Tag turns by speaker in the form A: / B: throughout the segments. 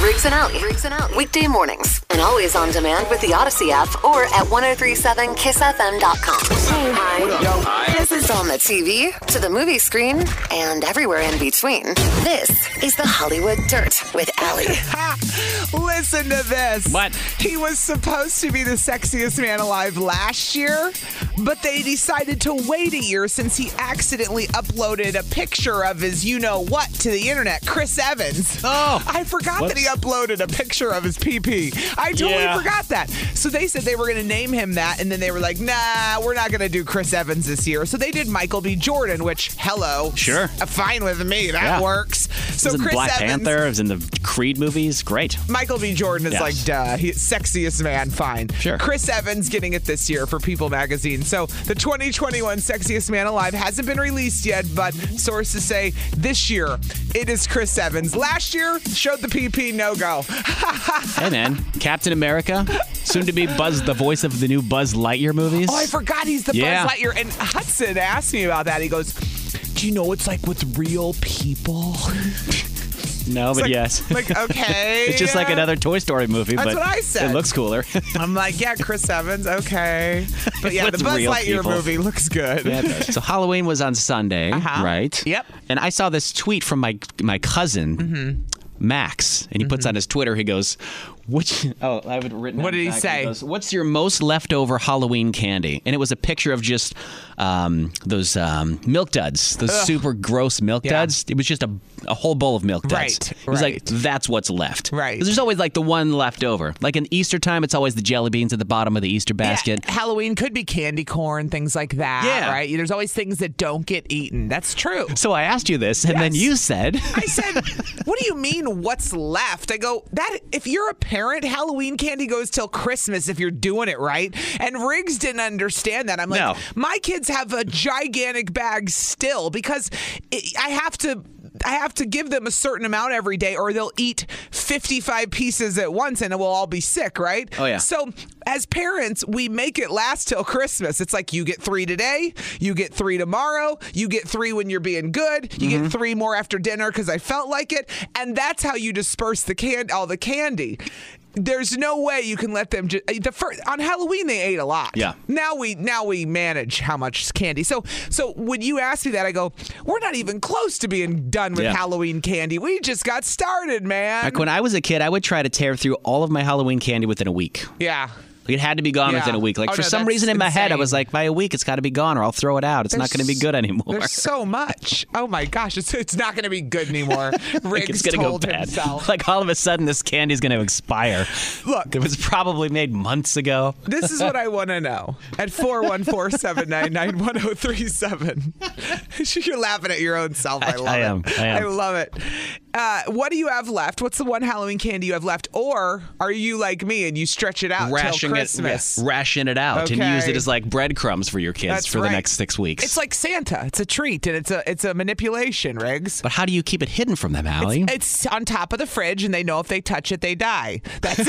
A: Riggs and Alley. Riggs and Alley. Weekday mornings. And always on demand with the Odyssey app or at 1037kissfm.com. Hey. Hi. Yo. Hi. This is on the TV, to the movie screen, and everywhere in between. This is the Hollywood Dirt with Alley.
B: Listen to this.
C: What?
B: He was supposed to be the sexiest man alive last year, but they decided to wait a year since he accidentally uploaded a picture of his you know what to the internet, Chris Evans.
C: Oh.
B: I forgot
C: What?
B: that he uploaded a picture of his PP. I totally
C: Yeah.
B: forgot that. So they said they were going to name him that, and then they were like, nah, we're not going to do Chris Evans this year. So they did Michael B. Jordan, which, hello.
C: Sure.
B: s- Fine with me. That
C: Yeah.
B: works. So
C: was in
B: Chris
C: Black
B: Evans.
C: Panther. It was in the Creed movies. Great.
B: Michael B. Jordan is
C: Yes.
B: like, duh, he, sexiest man, fine.
C: Sure.
B: Chris Evans getting it this year for People magazine. So the 2021 Sexiest Man Alive hasn't been released yet, but sources say this year it is Chris Evans. Last year showed the PP no go.
C: Hey man, Captain America, soon to be Buzz, the voice of the new Buzz Lightyear movies.
B: Oh, I forgot he's the
C: Yeah.
B: Buzz Lightyear. And Hudson asked me about that. He goes, Do you know what's like with real people?
C: no, but
B: like-
C: yes,
B: like, okay.
C: it's just like another Toy Story movie.
B: That's
C: but
B: what I said.
C: It looks cooler.
B: I'm like, yeah, Chris Evans, okay. But yeah, the
C: With
B: Buzz
C: real
B: Lightyear
C: people.
B: movie looks good.
C: so Halloween was on Sunday,
B: Uh-huh.
C: right?
B: Yep. Mm-hmm.
C: And I saw this tweet from my my cousin. Max, and he puts on his Twitter. He goes, "Which? Oh, I have it written.
B: What
C: on
B: did he
C: back.
B: say?
C: goes, What's your most leftover Halloween candy?" And it was a picture of just um, those um, milk duds, those super gross milk
B: Yeah.
C: duds. It was just a, a whole bowl of milk duds.
B: Right,
C: It was like
B: right.
C: that's what's left.
B: Right.
C: 'Cause there's always like the one left over. Like in Easter time, it's always the jelly beans at the bottom of the Easter basket.
B: Yeah, Halloween could be candy corn, things like that.
C: Yeah.
B: Right? There's always things that don't get eaten. That's true.
C: So I asked you this, and then
B: Yes.
C: you said,
B: I said, "What do you mean? What's left?" I go, "That if you're a parent, Halloween candy goes till Christmas if you're doing it right." And Riggs didn't understand that. I'm like,
C: No.
B: "My kids have a gigantic bag still because it, I have to." I have to give them a certain amount every day, or they'll eat 55 pieces at once and we'll all be sick, right?
C: Oh, yeah.
B: So, as parents, we make it last till Christmas. It's like you get three today, you get three tomorrow, you get three when you're being good, you
C: Mm-hmm.
B: get three more after dinner because I felt like it, and that's how you disperse the can all the candy. There's no way you can let them. Ju- uh, the first on Halloween they ate a lot.
C: Yeah.
B: Now we now we manage how much candy. So so when you ask me that, I go, we're not even close to being done with
C: Yeah.
B: Halloween candy. We just got started, man.
C: Like when I was a kid, I would try to tear through all of my Halloween candy within a week.
B: yeah.
C: Like it had to be gone
B: Yeah.
C: within a week. Like
B: Oh,
C: for
B: no,
C: some
B: that's
C: reason in my head, I
B: insane.
C: was like, by a week, it's got to be gone, or I'll throw it out. It's not going to be good anymore.
B: There's so much. Oh my gosh, it's, it's not going to be good anymore. Riggs
C: like it's gonna
B: told
C: go bad.
B: himself.
C: Like all of a sudden, this candy's going to expire.
B: Look.
C: it was probably made months ago.
B: This is what I want to know at 414 799 1037. You're laughing at your own self. I love
C: I
B: it.
C: am. I am.
B: love it. Uh, what do you have left? What's the one Halloween candy you have left? Or are you like me and you stretch it out till Christmas?
C: it, ration it out, and use
B: Okay.
C: it as like breadcrumbs for your kids
B: That's
C: for
B: right.
C: the next six weeks.
B: It's like Santa. It's a treat and it's a it's a manipulation, Riggs.
C: but how do you keep it hidden from them, Allie?
B: It's on top of the fridge, and they know if they touch it, they die. That's it.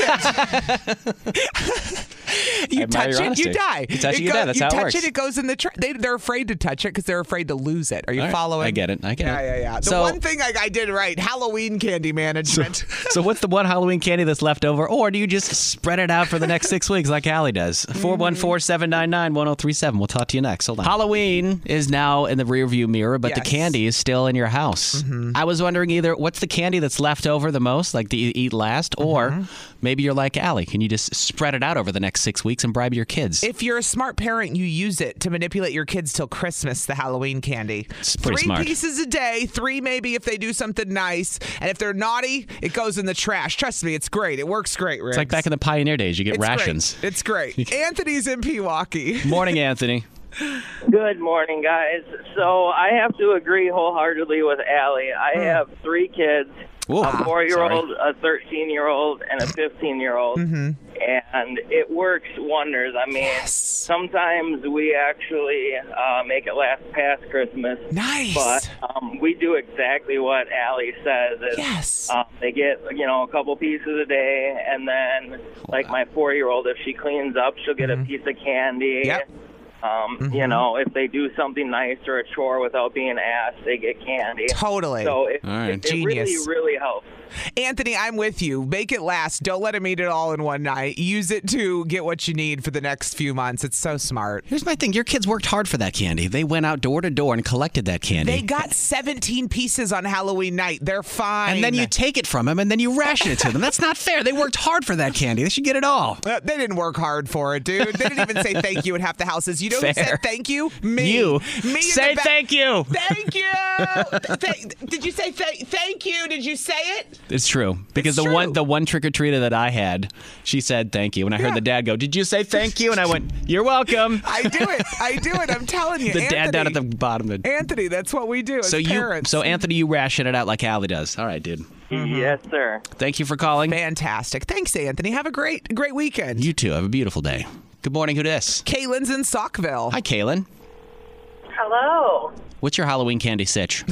B: you
C: admire
B: touch
C: your
B: it, you
C: honesty.
B: die.
C: You touch it, you die. That's how it
B: touch
C: works.
B: it, it goes in the. Tra- they, they're afraid to touch it because they're afraid to lose it. Are you
C: All right.
B: following?
C: I get it. I get
B: yeah, Yeah,
C: it.
B: yeah, The
C: So-
B: one thing I, I did right: Halloween candy management.
C: So what's the one Halloween candy that's left over, or do you just spread it out for the next six weeks like Allie does? 414-799-1037. We'll talk to you next. Hold on. Halloween is now in the rearview mirror, but the
B: Yes.
C: candy is still in your house. I was wondering either what's the candy that's left over the most, like that you eat last, or maybe you're like Allie, can you just spread it out over the next six weeks and bribe your kids?
B: If you're a smart parent, you use it to manipulate your kids till Christmas, the Halloween candy.
C: It's pretty
B: three
C: smart.
B: pieces a day, three maybe if they do something nice. And if they're naughty, it goes in the trash. Trust me, it's great. It works great, Riggs.
C: it's like back in the pioneer days, you get
B: It's great.
C: rations.
B: It's great. Anthony's in Pewaukee.
C: Morning, Anthony.
D: Good morning,
B: Hmm.
D: guys. So I have to agree wholeheartedly with Allie. I have three kids, a four-year-old, a thirteen-year-old, and a fifteen-year-old,
B: Mm-hmm.
D: and it works wonders. I mean, sometimes we actually uh, make it last past Christmas.
B: Nice.
D: But um, we do exactly what Allie says. Is,
B: Yes.
D: Um, they get you know a couple pieces a day, and then like my four-year-old, if she cleans up, she'll get a piece of candy.
B: Mm-hmm. Yep. Mm-hmm.
D: Um, You know, if they do something nice or a chore without being asked, they get candy.
B: Totally.
D: So it,
C: All right.
D: it, it
B: Genius.
D: really, really helps.
B: Anthony, I'm with you. Make it last. Don't let him eat it all in one night. Use it to get what you need for the next few months. It's so smart.
C: Here's my thing. Your kids worked hard for that candy. They went out door to door and collected that candy.
B: They got 17 pieces on Halloween night. They're fine.
C: and then you take it from them and then you ration it to them. That's not fair. They worked hard for that candy. They should get it all.
B: Uh, they didn't work hard for it, dude. They didn't even say thank you in half the houses. You know who
C: Fair.
B: said thank you? Me.
C: You.
B: Me. in
C: Say
B: the back-
C: thank you.
B: Thank you. Th- th- did you say th- thank you? Did you say it?
C: It's true because
B: It's
C: the one
B: true.
C: the one trick or treater that I had, she said thank you, and I
B: Yeah.
C: heard the dad go, "Did you say thank you?" And I went, "You're welcome."
B: I do it. I do it. I'm telling you.
C: the dad down at the
B: Anthony-
C: bottom. Of,
B: Anthony, that's what we do as
C: so you
B: parents.
C: so Anthony, you ration it out like Allie does. All right, dude.
B: Mm-hmm.
D: Yes, sir.
C: Thank you for calling.
B: fantastic. Thanks, Anthony. Have a great, great weekend.
C: You too. Have a beautiful day. Good morning. Who this?
B: Kaylin's in Sockville.
C: Hi, Kaylin.
E: Hello.
C: What's your Halloween candy sitch?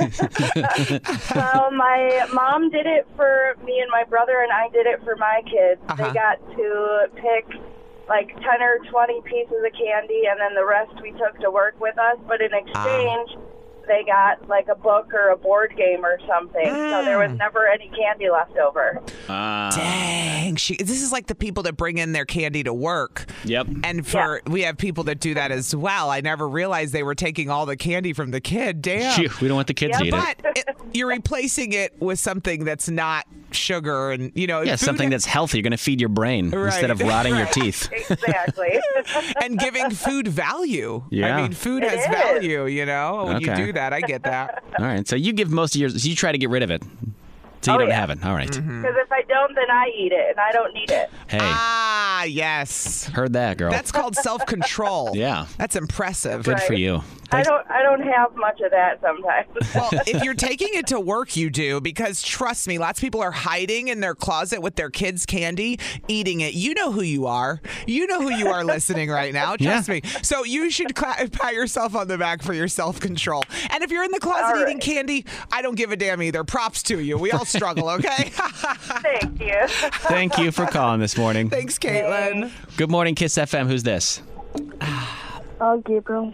E: Well, my mom did it for me and my brother, and I did it for my kids.
B: Uh-huh.
E: They got to pick like 10 or 20 pieces of candy, and then the rest we took to work with us. But
B: Ah.
E: in exchange, they got like a book or a board game or something. So there
B: Mm.
E: was never any candy left over.
B: Dang, she. This is like the people that bring in their candy to work.
C: Yep.
B: And for we have people that do that as well. I never realized they were taking all the candy from the kid. Damn.
C: Phew, we don't want the kids to eat it.
B: But it, you're replacing it with something that's not sugar and you know
C: Yeah,
B: food-
C: something that's healthy. You're going to feed your brain instead of
B: Right.
C: rotting your teeth.
E: Exactly.
B: and giving food value. I
C: Yeah.
B: mean, food
E: It
B: has
E: is.
B: value. You know, when you
C: Okay.
B: do that, I get that.
C: All right. So you give most of yours. You try to get rid of it. So you
E: Oh,
C: don't
E: yeah.
C: have it. All right.
E: Because if I don't, then I eat it, and I don't need it.
C: Hey,
B: Mm-hmm. Ah, yes.
C: heard that, girl.
B: That's called self control.
C: Yeah.
B: That's impressive.
C: Good for you.
E: I don't. I don't have much of that sometimes.
B: Well, if you're taking it to work, you do because trust me, lots of people are hiding in their closet with their kids' candy, eating it. You know who you are. You know who you are listening right now. Trust
C: Yeah.
B: me. So you should cla pat yourself on the back for your self control. And if you're in the closet
E: All
B: eating
E: right.
B: candy, I don't give a damn either. Props to you. We all struggle, okay?
E: Thank you.
C: Thank you for calling this morning.
B: Thanks, Caitlin.
C: Good morning, Kiss FM. Who's this?
F: Oh, Gabriel.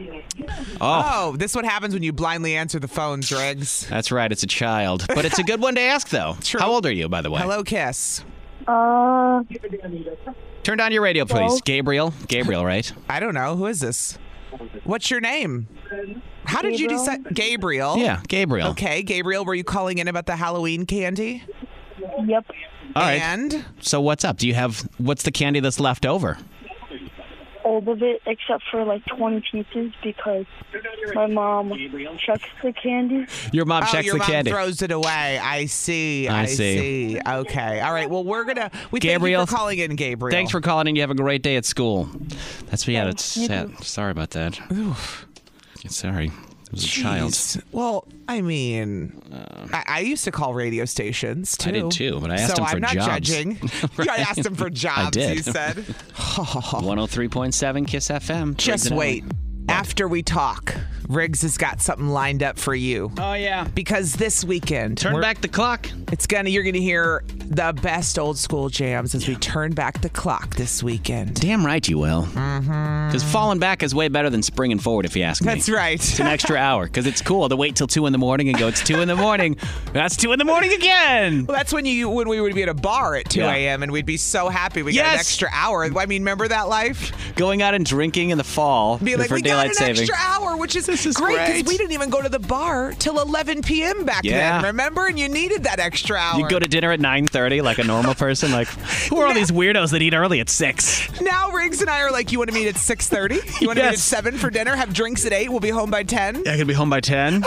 B: Oh, this is what happens when you blindly answer the phone, Dregs.
C: That's right. It's a child, but it's a good one to ask, though.
B: True.
C: How old are you, by the way?
B: Hello, Kiss.
F: Uh,
C: Turn down your radio, please. Gabriel. Gabriel, right?
B: I don't know. Who is this? What's your name? How did you
F: Gabriel.
B: decide? Gabriel.
C: Yeah, Gabriel.
B: Oh, Okay, Gabriel, were you calling in about the Halloween candy?
F: yep.
C: All right.
B: And
C: so what's up? Do you have what's the candy that's left over?
F: All of it except for like 20 pieces because my mom checks the candy.
C: Your mom
B: oh,
C: checks
B: your
C: the
B: mom
C: candy.
B: throws it away. I see.
C: I
B: I,
C: see.
B: see. Okay. All right. Well, we're gonna. We
C: Gabriel,
B: thank you for calling in, Gabriel.
C: Thanks for calling and you have a great day at school. That's yeah, that's sad. Sorry about that. Sorry. It was a child.
B: Jeez. Well, I mean, I, I used to call radio stations too.
C: I did too, but I
B: so
C: asked them for
B: I'm not
C: jobs.
B: judging. You I asked them for jobs.
C: did.
B: You said.
C: 103.7 Kiss FM. Briggs
B: Just
C: and
B: wait. After we talk, Riggs has got something lined up for you
C: Allie. Oh yeah.
B: because this weekend
C: Turn
B: we're-
C: back the clock.
B: It's gonna you're gonna hear the best old school jams as we turn back the clock this weekend.
C: Damn right you will. Because falling back is way better than springing forward, if you ask me.
B: Mm-hmm. That's right.
C: It's an extra hour because it's cool to wait till two in the morning and go. It's two in the morning. That's two in the morning again.
B: Well, that's when you when we would be at a bar at 2
C: Yeah.
B: a.m. and we'd be so happy we got an
C: Yes.
B: extra hour. I mean, remember that life?
C: Going out and drinking in the fall
B: Be like,
C: for
B: we
C: daylight
B: got an
C: saving.
B: extra hour, which is,
C: This is
B: great because
C: great.
B: we didn't even go to the bar till 11 p.m. back
C: Yeah.
B: then. Remember? And you needed that extra hour.
C: You go to dinner at 9:30 like a normal person. Like, who are all these weirdos that eat early at six?
B: now, Riggs and I are like, you want to meet at 6:30? You want to meet at
C: Yes.
B: seven for dinner? Have drinks at eight? We'll be home by 10.
C: I could be home by ten.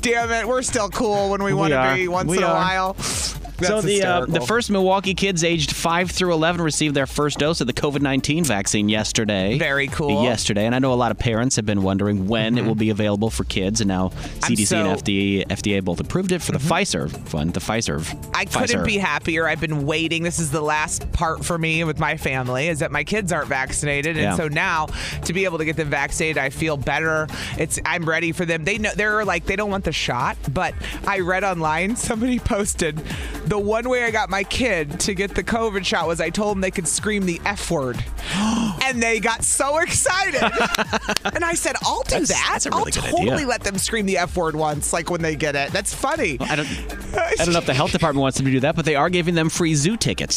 B: Damn it, we're still cool when we, want to
C: are.
B: be once
C: We
B: in a
C: are.
B: while.
C: so
B: That's
C: the uh,
B: hysterical.
C: the first Milwaukee kids aged five through eleven received their first dose of the COVID nineteen vaccine yesterday.
B: Very cool. Mm-hmm.
C: Yesterday, and I know a lot of parents have been wondering when it will be available for kids, and now CDC and
B: so- Mm-hmm.
C: FDA FDA both approved it for the Pfizer fund. The Pfizer.
B: I couldn't
C: Pfizer.
B: be happier. I've been waiting. This is the last part for me with my family is that my kids aren't vaccinated, and
C: Yeah.
B: so now to be able to get them vaccinated, I feel better. It's I'm ready for them. They know they're like they don't want the shot, but I read online somebody posted the one way I got my kid to get the COVID shot was I told them they could scream the f word, and they got so excited. and I said, I'll do
C: That's-
B: that.
C: that's a really
B: I'll
C: good idea.
B: totally let them scream the f word once, like when they get it. That's funny.
C: I don't. I don't know if the health department wants them to do that, but they are giving them free zoo tickets.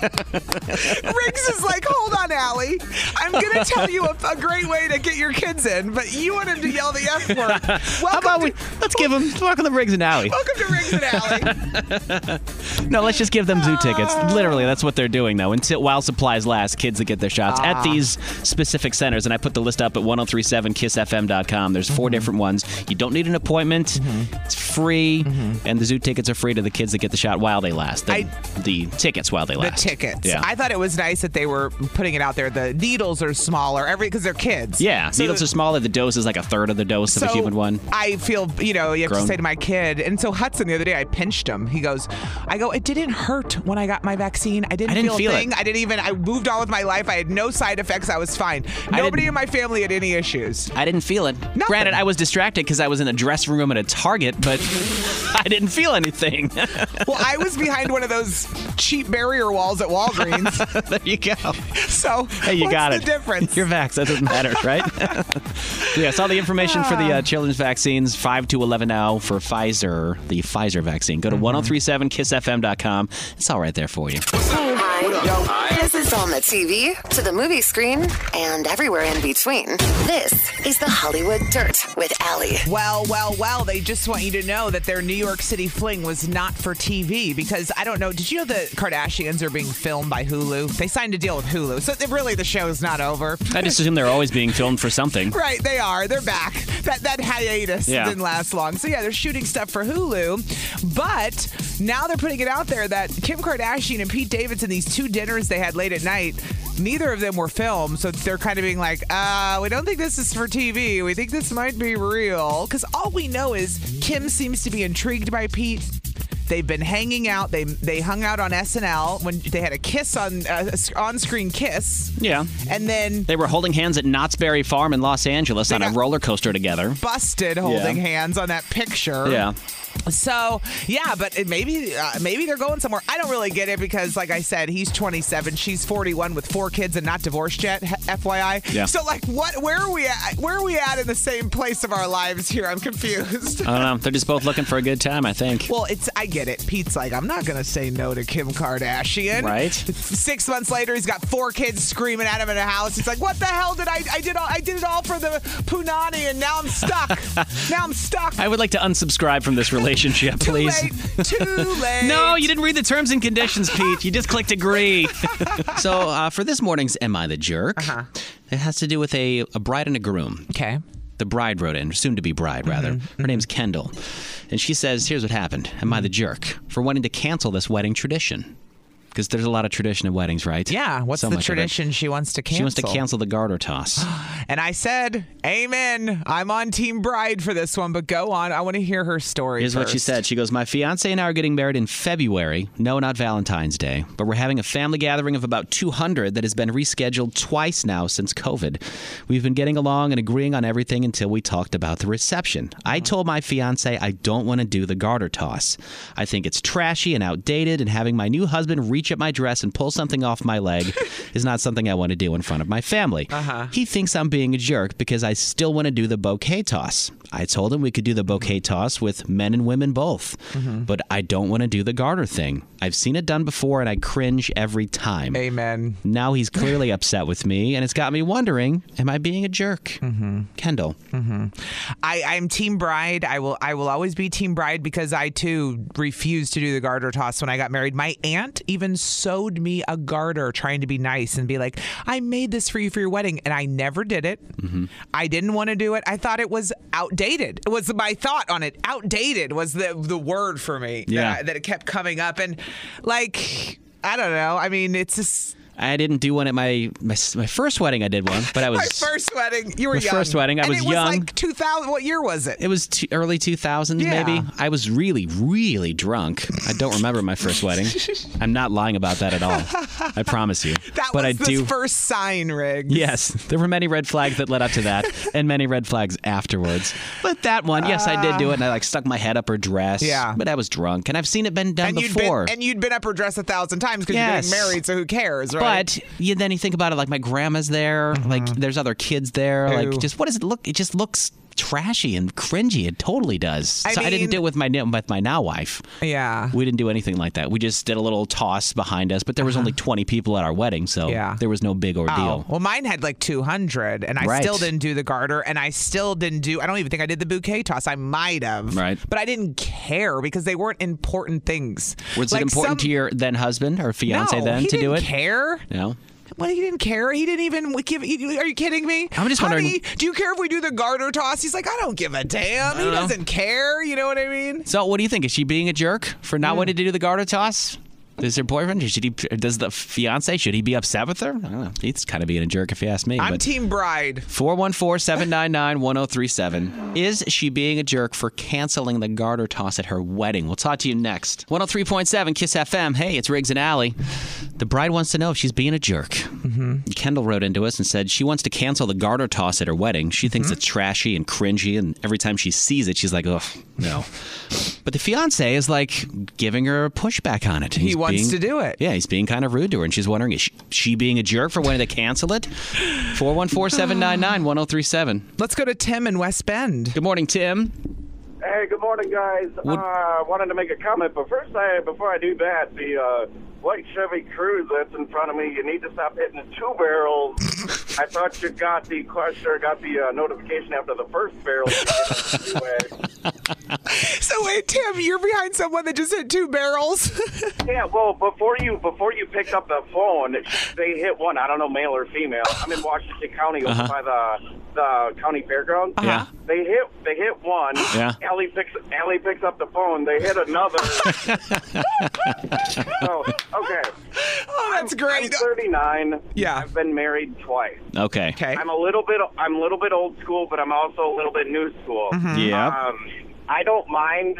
C: kids.
B: Riggs is like, hold on, Allie. I'm going to tell you a, a great way to get your kids in, but you want him to yell the F word. Welcome,
C: How about
B: to,
C: we? Let's give them welcome to Riggs and Alley.
B: welcome to Riggs and Allie.
C: No, let's just give them zoo tickets.
B: Ah.
C: Literally, that's what they're doing though. Until while supplies last, kids that get their shots
B: Ah.
C: at these specific centers. And I put the list up at 1037kissfm.com. There's
B: Mm-hmm.
C: 4 different ones. You don't need an appointment. It's free,
B: Mm-hmm.
C: and the zoo tickets are free to the kids that get the shot while they last. The, the tickets while they
B: The
C: last.
B: tickets.
C: Yeah.
B: I thought it was nice that they were putting it out there. The needles are smaller, every because they're kids.
C: yeah.
B: So
C: Needles
B: the-
C: are smaller. The dose is like a third of the dose of a human one.
B: I feel, you know, you have to
C: Grown.
B: say to my kid. And so Hudson the other day, I pinched him. He goes, I go, it didn't hurt when I got my vaccine. I didn't,
C: I didn't
B: feel,
C: feel
B: a
C: it."
B: thing. I didn't even, I moved on with my life. I had no side effects. I was fine.
C: I
B: Nobody
C: didn't-
B: in my family had any issues.
C: I didn't feel it. Granted, I was distracted because I was in a dressing room at a Target, but I didn't feel anything.
B: Well, I was behind one of those cheap barrier walls at Walgreens.
C: there you go.
B: So
C: Hey, you
B: what's
C: got
B: the
C: it.
B: difference?
C: You're vax. That doesn't matter, right? yeah, I saw the information for
B: Ah.
C: the uh, children's vaccines 5 to 11 now for Pfizer, the Pfizer vaccine. Go to
B: Mm-hmm.
C: 1037kissfm.com. It's all right there for you.
A: Hi. This is on the TV, to the movie screen, and everywhere in between. This is the Hollywood Dirt with Allie.
B: Well, well, well, they just want you to know that their New York City fling was not for TV because I don't know. Did you know the Kardashians are being filmed by Hulu? They signed a deal with Hulu. So th- really, the show's not over.
C: I just assume they're always being filmed for something.
B: Right, they are. They're back. That that hiatus
C: Yeah.
B: didn't last long. So yeah, they're shooting stuff for Hulu, but now they're putting it out there that Kim Kardashian and Pete Davidson, these two dinners they had late at night, neither of them were filmed. So they're kind of being like, uh, we don't think this is for TV. We think this might be real because all we know is Kim seems to be intrigued by Pete. They've been hanging out. They they hung out on SNL when they had a kiss on uh, on screen kiss.
C: Yeah.
B: And then
C: They were holding hands at Knott's Berry Farm in Los Angeles on a
B: got-
C: roller coaster together.
B: busted holding
C: Yeah.
B: hands on that picture.
C: Yeah.
B: So yeah, but it maybe uh, maybe they're going somewhere. I don't really get it because, like I said, he's 27, she's 41, with four kids and not divorced yet. h- FYI.
C: Yeah.
B: So like, what? Where are we at? Where are we at in the same place of our lives here? I'm confused.
C: I don't know. They're just both looking for a good time, I think.
B: Well, it's I get it. Pete's like, I'm not gonna say no to Kim Kardashian.
C: Right.
B: Six months later, he's got four kids screaming at him in a house. He's like, What the hell did I? I did all. I did it all for the punani, and now I'm stuck. now I'm stuck.
C: I would like to unsubscribe from this relationship,
B: Too
C: please.
B: late. Too late.
C: No, you didn't read the terms and conditions, Pete. You just clicked agree. Uh-huh. so uh, for this morning's Am I the Jerk? It has to do with a, a bride and a groom.
B: Okay.
C: The bride wrote in, soon to be bride, rather. Her name's Kendall. And she says, Here's what happened. Am I the jerk for wanting to cancel this wedding tradition? Because there's a lot of tradition at weddings, right?
B: Yeah. What's
C: So
B: the
C: much of it.
B: tradition she wants to cancel?
C: She wants to cancel the garter toss.
B: And I said, Amen. I'm on Team Bride for this one, but go on. I want to hear her story.
C: Here's what she
B: first.
C: said. She goes, My fiance and I are getting married in February. No, not Valentine's Day, but we're having a family gathering of about 200 that has been rescheduled twice now since COVID. We've been getting along and agreeing on everything until we talked about the reception. I
B: Uh-huh.
C: told my fiance I don't want to do the garter toss. I think it's trashy and outdated, and having my new husband reach up my dress and pull something off my leg is not something I want to do in front of my family. He thinks I'm being a jerk because I still want to do the bouquet toss. I told him we could do the bouquet toss with men and women both, but I don't want to do the garter thing. I've seen it done before and I cringe every time.
B: Amen.
C: Now he's clearly upset with me, and it's got me wondering: Am I being a jerk, Kendall?
B: I, I'm Team Bride. I will I will always be Team Bride because I too refused to do the garter toss when I got married. My aunt even someone sewed me a garter trying to be nice and be like, I made this for you for your wedding. And I never did it.
C: Mm-hmm.
B: I didn't want to do it. I thought it was outdated. It was my thought on it. Outdated was the, the word for me
C: Yeah.
B: that, that it kept coming up. And like, I don't know. I mean, it's just
C: I didn't do one at my my, my first wedding. I did one, but I was
B: my first wedding. You were
C: My
B: young.
C: first wedding, I
B: and
C: was
B: it was
C: young.
B: like 2000. What year was it?
C: It was t- early 2000s,
B: Yeah.
C: maybe. I was really, really drunk. I don't remember my first wedding. I'm not lying about that at all. I promise you.
B: That
C: but
B: was the
C: I do.
B: first sign, Riggs.
C: Yes, there were many red flags that led up to that, and many red flags afterwards. But that one, yes, I did do it, and I like stuck my head up her dress.
B: Yeah.
C: but I was drunk, and I've seen it been done
B: And you'd
C: before.
B: been and you'd been up her dress a thousand times because
C: Yes.
B: you're getting married, so who cares, right? Mm-hmm.
C: But you, then you think about it, like my grandma's there, like there's other kids there,
B: Who-
C: like just what does it look? It just looks trashy and cringy. It totally does.
B: I
C: so I
B: mean-
C: didn't do it with my new- with my now wife.
B: yeah,
C: We didn't do anything like that. We just did a little toss behind us, but there was only 20 people at our wedding, so
B: Uh-huh. Yeah.
C: there was no big
B: Oh,
C: ordeal.
B: well, mine had like 200, and I
C: Right.
B: still didn't do the garter, and I still didn't do, I don't even think I did the bouquet toss. I might have.
C: Right.
B: But I didn't care because they weren't important things.
C: Was
B: Like,
C: it important
B: some-
C: to your then husband or fiance
B: no,
C: then
B: he
C: to do
B: didn't
C: it?
B: care?
C: No.
B: Well, he didn't care. He didn't even give. you- Are you kidding me?
C: I'm just
B: Honey,
C: wondering-
B: Do you care if we do the garter toss? He's like, I don't give a damn. He
C: don't know.
B: doesn't care. You know what I mean?
C: So what do you think? Is she being a jerk for
B: Hmm.
C: not wanting to do the garter toss? Is her boyfriend? Should he? Does the fiance? Should he be upset with her? I don't know. He's kind of being a jerk if you ask me.
B: I'm
C: but-
B: team bride.
C: 414 799 1037. Is she being a jerk for canceling the garter toss at her wedding? We'll talk to you next. 103.7 Kiss FM. Hey, it's Riggs and Alley. The bride wants to know if she's being a jerk. Kendall wrote into us and said she wants to cancel the garter toss at her wedding. She thinks
B: Mm-hmm.
C: it's trashy and cringy, and every time she sees it, she's like, ugh, no. but the fiance is like giving her a pushback on it. He's
B: wants
C: being-
B: to do it.
C: yeah, he's being kind of rude to her, and she's wondering is she, she being a jerk for wanting to cancel it? 414 799 1037.
B: Let's go to Tim in West Bend.
C: Good morning, Tim.
G: Hey, good morning, guys.
C: Would-
G: uh, wanted to make a comment, but first, I before I do that, the uh, white Chevy Cruze that's in front of me, you need to stop hitting the two barrels. I thought you got the question or got the uh, notification after the first barrel.
B: So wait, Tim, you're behind someone that just hit two barrels.
G: yeah, well, before you before you picked up the phone, they hit one. I don't know, male or female. I'm in Washington County over by the the county fairgrounds.
C: Uh-huh. Yeah.
G: They hit they hit one.
C: Yeah.
G: Allie picks Allie picks up the phone. They hit another. so okay,
B: oh, that's
G: I'm
B: great.
G: 39.
B: Yeah.
G: I've been married twice.
C: Okay.
B: Okay.
G: I'm a little bit I'm a little bit old school, but I'm also a little bit new school.
B: Mm-hmm. Hmm.
C: Yeah.
G: Um, I don't mind.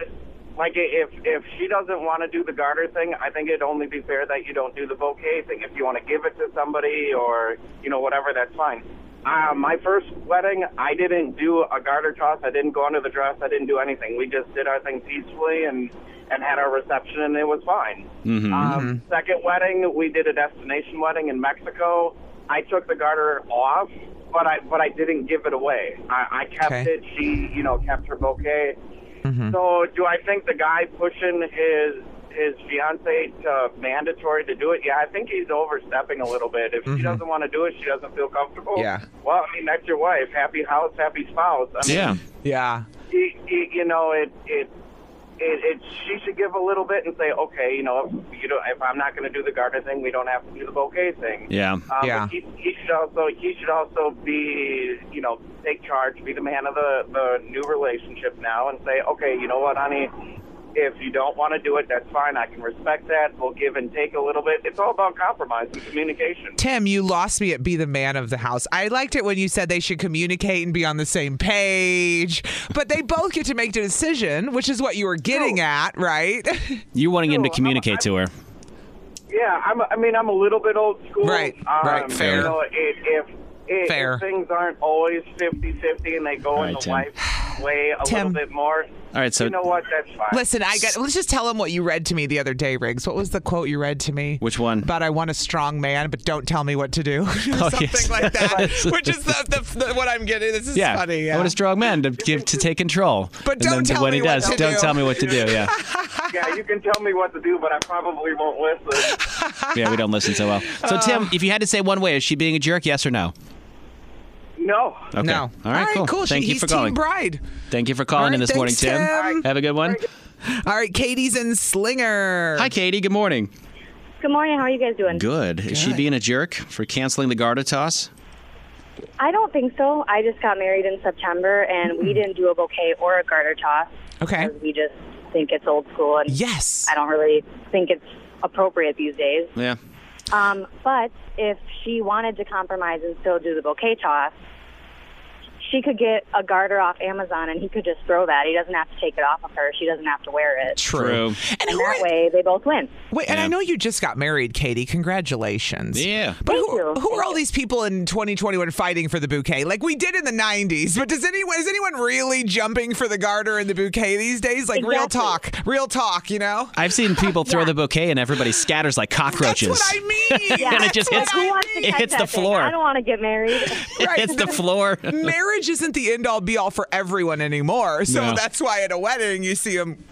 G: Like if if she doesn't want to do the garter thing, I think it'd only be fair that you don't do the bouquet thing. If you want to give it to somebody or you know whatever, that's fine. Uh, my first wedding, I didn't do a garter toss. I didn't go under the dress. I didn't do anything. We just did our thing peacefully and and had our reception, and it was fine.
B: Mm-hmm.
G: Um, second wedding, we did a destination wedding in Mexico. I took the garter off, but I but I didn't give it away. I, I kept
B: Okay. Mm-hmm.
G: it. She, you know, kept her bouquet. So, do I think the guy pushing his his fiance to mandatory to do it? Yeah, I think he's overstepping a little bit. If she doesn't want to do it, she doesn't feel comfortable.
B: Mm-hmm. Yeah.
G: Well, I mean, that's your wife. Happy house, happy spouse. I mean,
C: Yeah.
B: Yeah.
G: y- y- you know, it, it, it, it, she should give a little bit and say, okay, you know, if, you don't, if I'm not going to do the garter thing, we don't have to do the bouquet thing.
C: Yeah.
G: Uh, but
B: Yeah.
G: He, he should also, he should also be, you know, take charge, be the man of the, the new relationship now, and say, okay, you know what, honey. If you don't want to do it, that's fine. I can respect that. We'll give and take a little bit. It's all about compromise and communication.
B: Tim, you lost me at be the man of the house. I liked it when you said they should communicate and be on the same page, but they both get to make the decision, which is what you were getting at, right?
C: You're wanting him to
G: No, I'm-
C: communicate to her.
G: Yeah, I'm. I mean, I'm a little bit old school. Um,
B: Right, right, fair.
G: You know, it, if, if,
B: Fair.
G: if things aren't always 50-50 and they go
C: right,
G: in the
C: Tim.
G: wife's way a
B: Tim.
G: little bit more,
C: All right, so-
G: you know what? That's fine.
B: Listen, I got. Let's just tell him what you read to me the other day, Riggs. What was the quote you read to me?
C: Which one?
B: About I want a strong man, but don't tell me what to do, or something
C: Oh, yes.
B: like that. which is the, the, the, what I'm getting. This is
C: Yeah.
B: funny.
C: I
B: Yeah.
C: want a strong man to give to take control.
B: But
C: and
B: don't
C: then
B: tell
C: when
B: me
C: he
B: what
C: does,
B: to
C: don't
B: do.
C: tell me what to do. Yeah.
G: Yeah, you can tell me what to do, but I probably won't listen.
C: yeah, we don't listen so well. So
B: Uh,
C: Tim, if you had to say one way, is she being a jerk? Yes or no?
G: No.
C: Okay.
B: No.
C: All right, cool. Thank you
B: He's
C: for
B: Team
C: calling.
B: Bride.
C: Thank you for calling
B: All right,
C: in this morning,
B: thanks, Tim.
C: Have a good one.
B: All right, Katie's in Slinger.
C: Hi, Katie. Good morning.
H: Good morning. How are you guys doing?
C: Good. Is she being a jerk for canceling the garter toss?
H: I don't think so. I just got married in September, and
C: Hmm.
H: we didn't do a bouquet or a garter toss.
B: Okay.
H: We just think it's old school, and
B: yes,
H: I don't really think it's appropriate these days.
C: Yeah.
H: Um, but if she wanted to compromise and still do the bouquet toss, she could get a garter off Amazon, and he could just throw that. He doesn't have to take it off of her. She doesn't have to wear it.
B: True. And,
H: that way, they both win.
B: Wait, and I know you just got married, Katie. Congratulations.
C: Yeah.
B: But who, who are all these people in 2021 fighting for the bouquet? Like we did in the 90s, but does anyone is anyone really jumping for the garter and the bouquet these days? Like real talk, real talk, you know?
C: I've seen people throw the bouquet and everybody scatters like cockroaches.
B: I mean,
H: Yeah.
C: and it just
H: Like,
C: hits,
H: who wants to
C: it
H: catch
C: hits
H: that
C: the
H: thing?
C: floor.
H: I don't want to get married.
C: It hits the floor.
B: Marriage isn't the end all be all for everyone anymore. So
C: No.
B: that's why at a wedding you see them.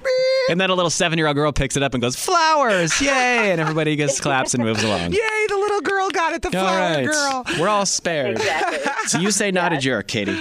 C: And then a little seven year old girl picks it up and goes, Flowers, yay! And everybody just claps and moves along.
B: Yay, the little girl got it, the
C: All
B: flower
C: right.
B: girl.
C: We're all spared.
H: Exactly.
C: So you say not a jerk, Katie.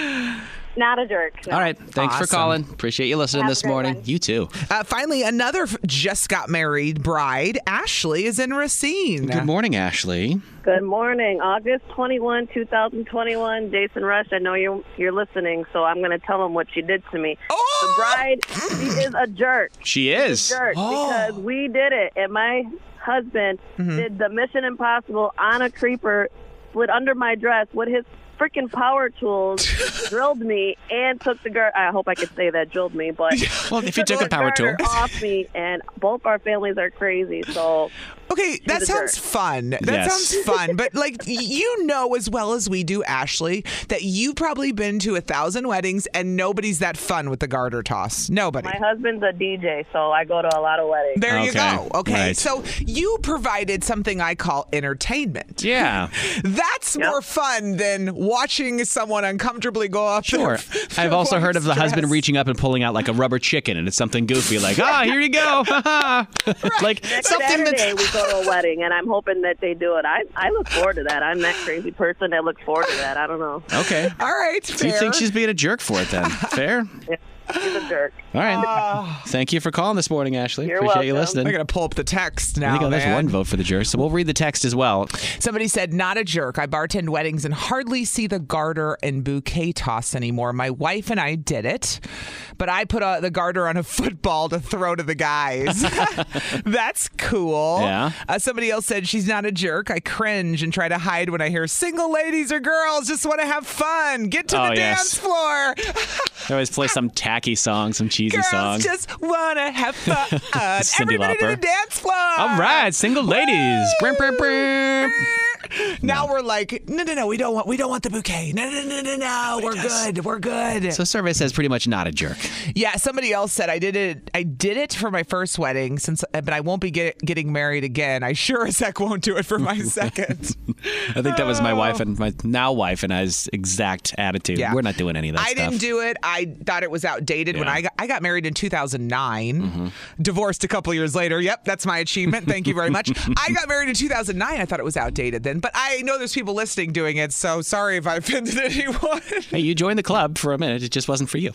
H: Not a jerk. no.
C: All right. Thanks for
B: Awesome.
C: calling. Appreciate you listening
B: Have a
C: this
B: great
C: morning.
B: one.
C: You too.
B: Uh, finally, another f- just got married bride, Ashley, is in Racine.
C: Good morning, Ashley.
I: Good morning, August 21, 2021. Jason Rush, I know you're you're listening, so I'm going to tell him what she did to me. The bride, she is a jerk.
C: Oh! She is. Oh,
I: She's a jerk because we did it, and my husband
C: Mhm.
I: did the Mission Impossible on a creeper, slid under my dress with his freaking power tools, drilled me, and took the girl. I hope I could say that drilled me, but
C: well, if you took a power tool.
I: off me, and both our families are crazy. So
B: Okay, that
I: a
B: sounds
I: jerk.
B: fun. That
C: Yes.
B: sounds fun. But like y- you know as well as we do, Ashley, that you've probably been to a thousand weddings and nobody's that fun with the garter toss. Nobody.
I: My husband's a DJ, so I go to a lot of weddings.
B: There you go. Okay. So you provided something I call entertainment.
C: Yeah.
B: That's more fun than watching someone uncomfortably go up.
C: Sure. I've also heard of the husband reaching up and pulling out like a rubber chicken, and it's something goofy, like, ah, here you go. like,
I: Next
C: something that's
I: Saturday we go to a wedding, and I'm hoping that they do it. I I look forward to that. I'm that crazy person that looks forward to that. I don't know.
C: Okay.
B: All right.
C: Do you think she's being a jerk for it then? Fair?
I: She's a jerk.
C: All right. Thank you for calling this morning, Ashley.
B: You're
C: Appreciate you
B: welcome.
C: listening.
B: I gotta pull up the text
C: There you
B: now,
C: go. There's
B: man.
C: one vote for the jerk. So we'll read the text as well.
B: Somebody said, not a jerk. I bartend weddings and hardly see the garter and bouquet toss anymore. My wife and I did it, but I put uh, the garter on a football to throw to the guys. That's cool.
C: Yeah.
B: Uh, somebody else said, she's not a jerk. I cringe and try to hide when I hear single ladies or girls just want to have fun. Get to
C: Oh,
B: the
C: yes.
B: dance floor.
C: They always play some tacky song, some cheesy
B: girls
C: song.
B: just want to have fun.
C: Cyndi
B: Everybody to the
C: Lauper.
B: dance floor.
C: All right, single ladies. Brim, brim, brim.
B: Now we're like, no, no, no, we don't want, we don't want the bouquet. No, no, no, no, no, we're good, we're good.
C: So survey says pretty much not a jerk.
B: yeah, somebody else said I did it. I did it for my first wedding, since, but I won't be get, getting married again. I sure as heck won't do it for my second.
C: I think that was my wife
B: Oh.
C: and my now wife and I's exact attitude.
B: Yeah.
C: We're not doing any of that
B: I
C: stuff.
B: didn't do it. I thought it was outdated when
C: Yeah. Mm-hmm.
B: I got, I got married in 2009, divorced a couple years later. Yep, that's my achievement. Thank you very much. I got married in 2009. I thought it was outdated then, but I know there's people listening doing it. So sorry if I offended anyone.
C: Hey, you joined the club for a minute. It just wasn't for you.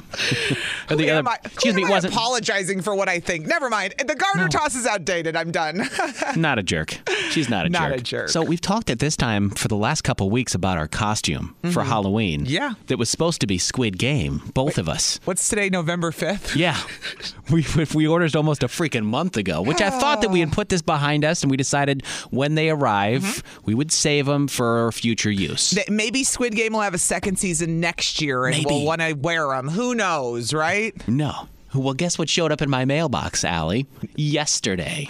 C: Or the
B: Who
C: other-
B: am I- who
C: excuse me,
B: am
C: it
B: I
C: wasn't
B: apologizing for what I think. Never mind. The garter toss is outdated. I'm done.
C: not a jerk. She's not a
B: Not
C: jerk.
B: a jerk.
C: So we've talked at this time for the last couple weeks about our costume for
B: Mhm.
C: Halloween.
B: Yeah.
C: That was supposed to be Squid Game, both of us.
B: What's today, November 5th?
C: Yeah. We we ordered almost a freaking month ago, which I thought that we had put this behind us and we decided when they arrive, we would save them for future use.
B: That maybe Squid Game will have a second season next year and we'll
C: Maybe.
B: want to wear them. Who knows, right?
C: No. Well, guess what showed up in my mailbox, Allie? Yesterday.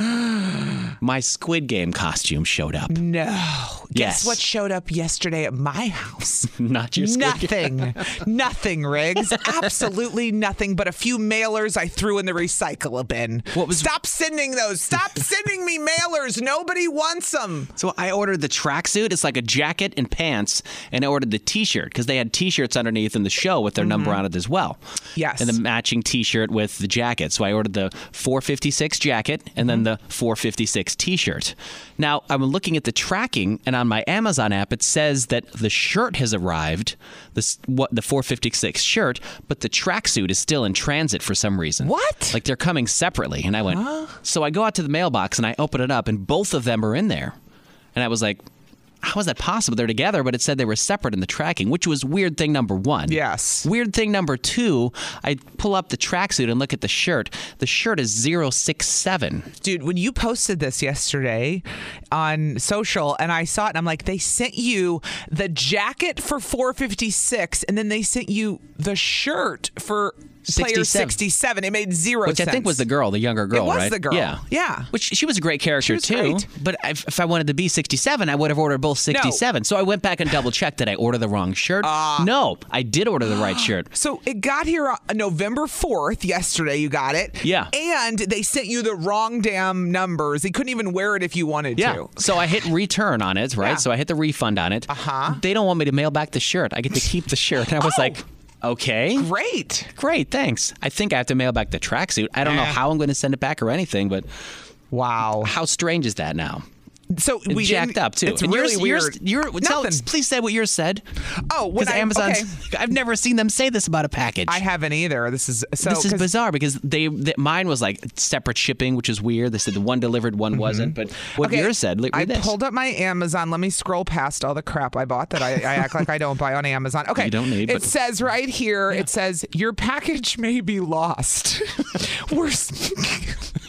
C: my Squid Game costume showed up.
B: No. Guess
C: Yes.
B: what showed up yesterday at my house?
C: Not your Squid Game.
B: Nothing. nothing, Riggs. Absolutely nothing but a few mailers I threw in the recycle bin. What was Stop sending those. Stop sending me mailers. Nobody wants them.
C: So I ordered the tracksuit. It's like a jacket and pants. And I ordered the t shirt because they had t shirts underneath in the show with their number on it as well.
B: Yes.
C: And the matching t shirt with the jacket. So I ordered the 456 jacket and then the 456 t-shirt. Now, I'm looking at the tracking and on my Amazon app it says that the shirt has arrived, this what the 456 shirt, but the tracksuit is still in transit for some reason. What? Like they're coming separately and I went, "So I go out to the mailbox and I open it up and both of them are in there." And I was like, how is that possible? They're together, but it said they were separate in the tracking, which was weird thing number one. Yes. Weird thing number two, I pull up the tracksuit and look at the shirt. The shirt is 067.
B: Dude, when you posted this yesterday on social and I saw it and I'm like, they sent you the jacket for 456 and then they sent you the shirt for player
C: 67.
B: 67. It made zero
C: Which
B: sense.
C: I think was the girl, the younger girl,
B: It was
C: right?
B: the girl.
C: Yeah.
B: Yeah.
C: Which she was a great character too. But if, if I wanted to be 67, I would have ordered both 67. So I went back and double checked. Did I order the wrong shirt?
B: Ah.
C: no, I did order the right shirt.
B: So it got here on November 4th, yesterday you got it.
C: Yeah.
B: And they sent you the wrong damn numbers. They couldn't even wear it if you wanted
C: Yeah.
B: to.
C: So I hit return on it, right?
B: Yeah. Uh-huh.
C: So I hit the refund on it. Uh huh. They don't want me to mail back the shirt. I get to keep the shirt. And I
B: Oh.
C: was like, okay.
B: Great.
C: Great. Thanks. I think I have to mail back the tracksuit. I don't know
B: Eh.
C: how I'm going to send it back or anything, but
B: wow.
C: How strange is that now?
B: So
C: It's
B: we
C: jacked
B: didn't-
C: up too.
B: It's
C: And
B: really
C: yours,
B: weird.
C: Yours, your, tell,
B: Nothing.
C: please say what yours said.
B: Oh, when
C: because
B: I-
C: Amazon's.
B: okay.
C: I've never seen them say this about a package.
B: I haven't either. This is so
C: this is
B: 'cause-
C: bizarre because they th- mine was like separate shipping, which is weird. They said the one delivered, one wasn't. But what
B: Mm-hmm. Okay,
C: yours said, look,
B: I
C: read this.
B: pulled up my Amazon. Let me scroll past all the crap I bought that I, I act like I don't buy on Amazon. Okay.
C: You don't need,
B: It
C: but-
B: says right here, it says, your package may be lost. We're. s-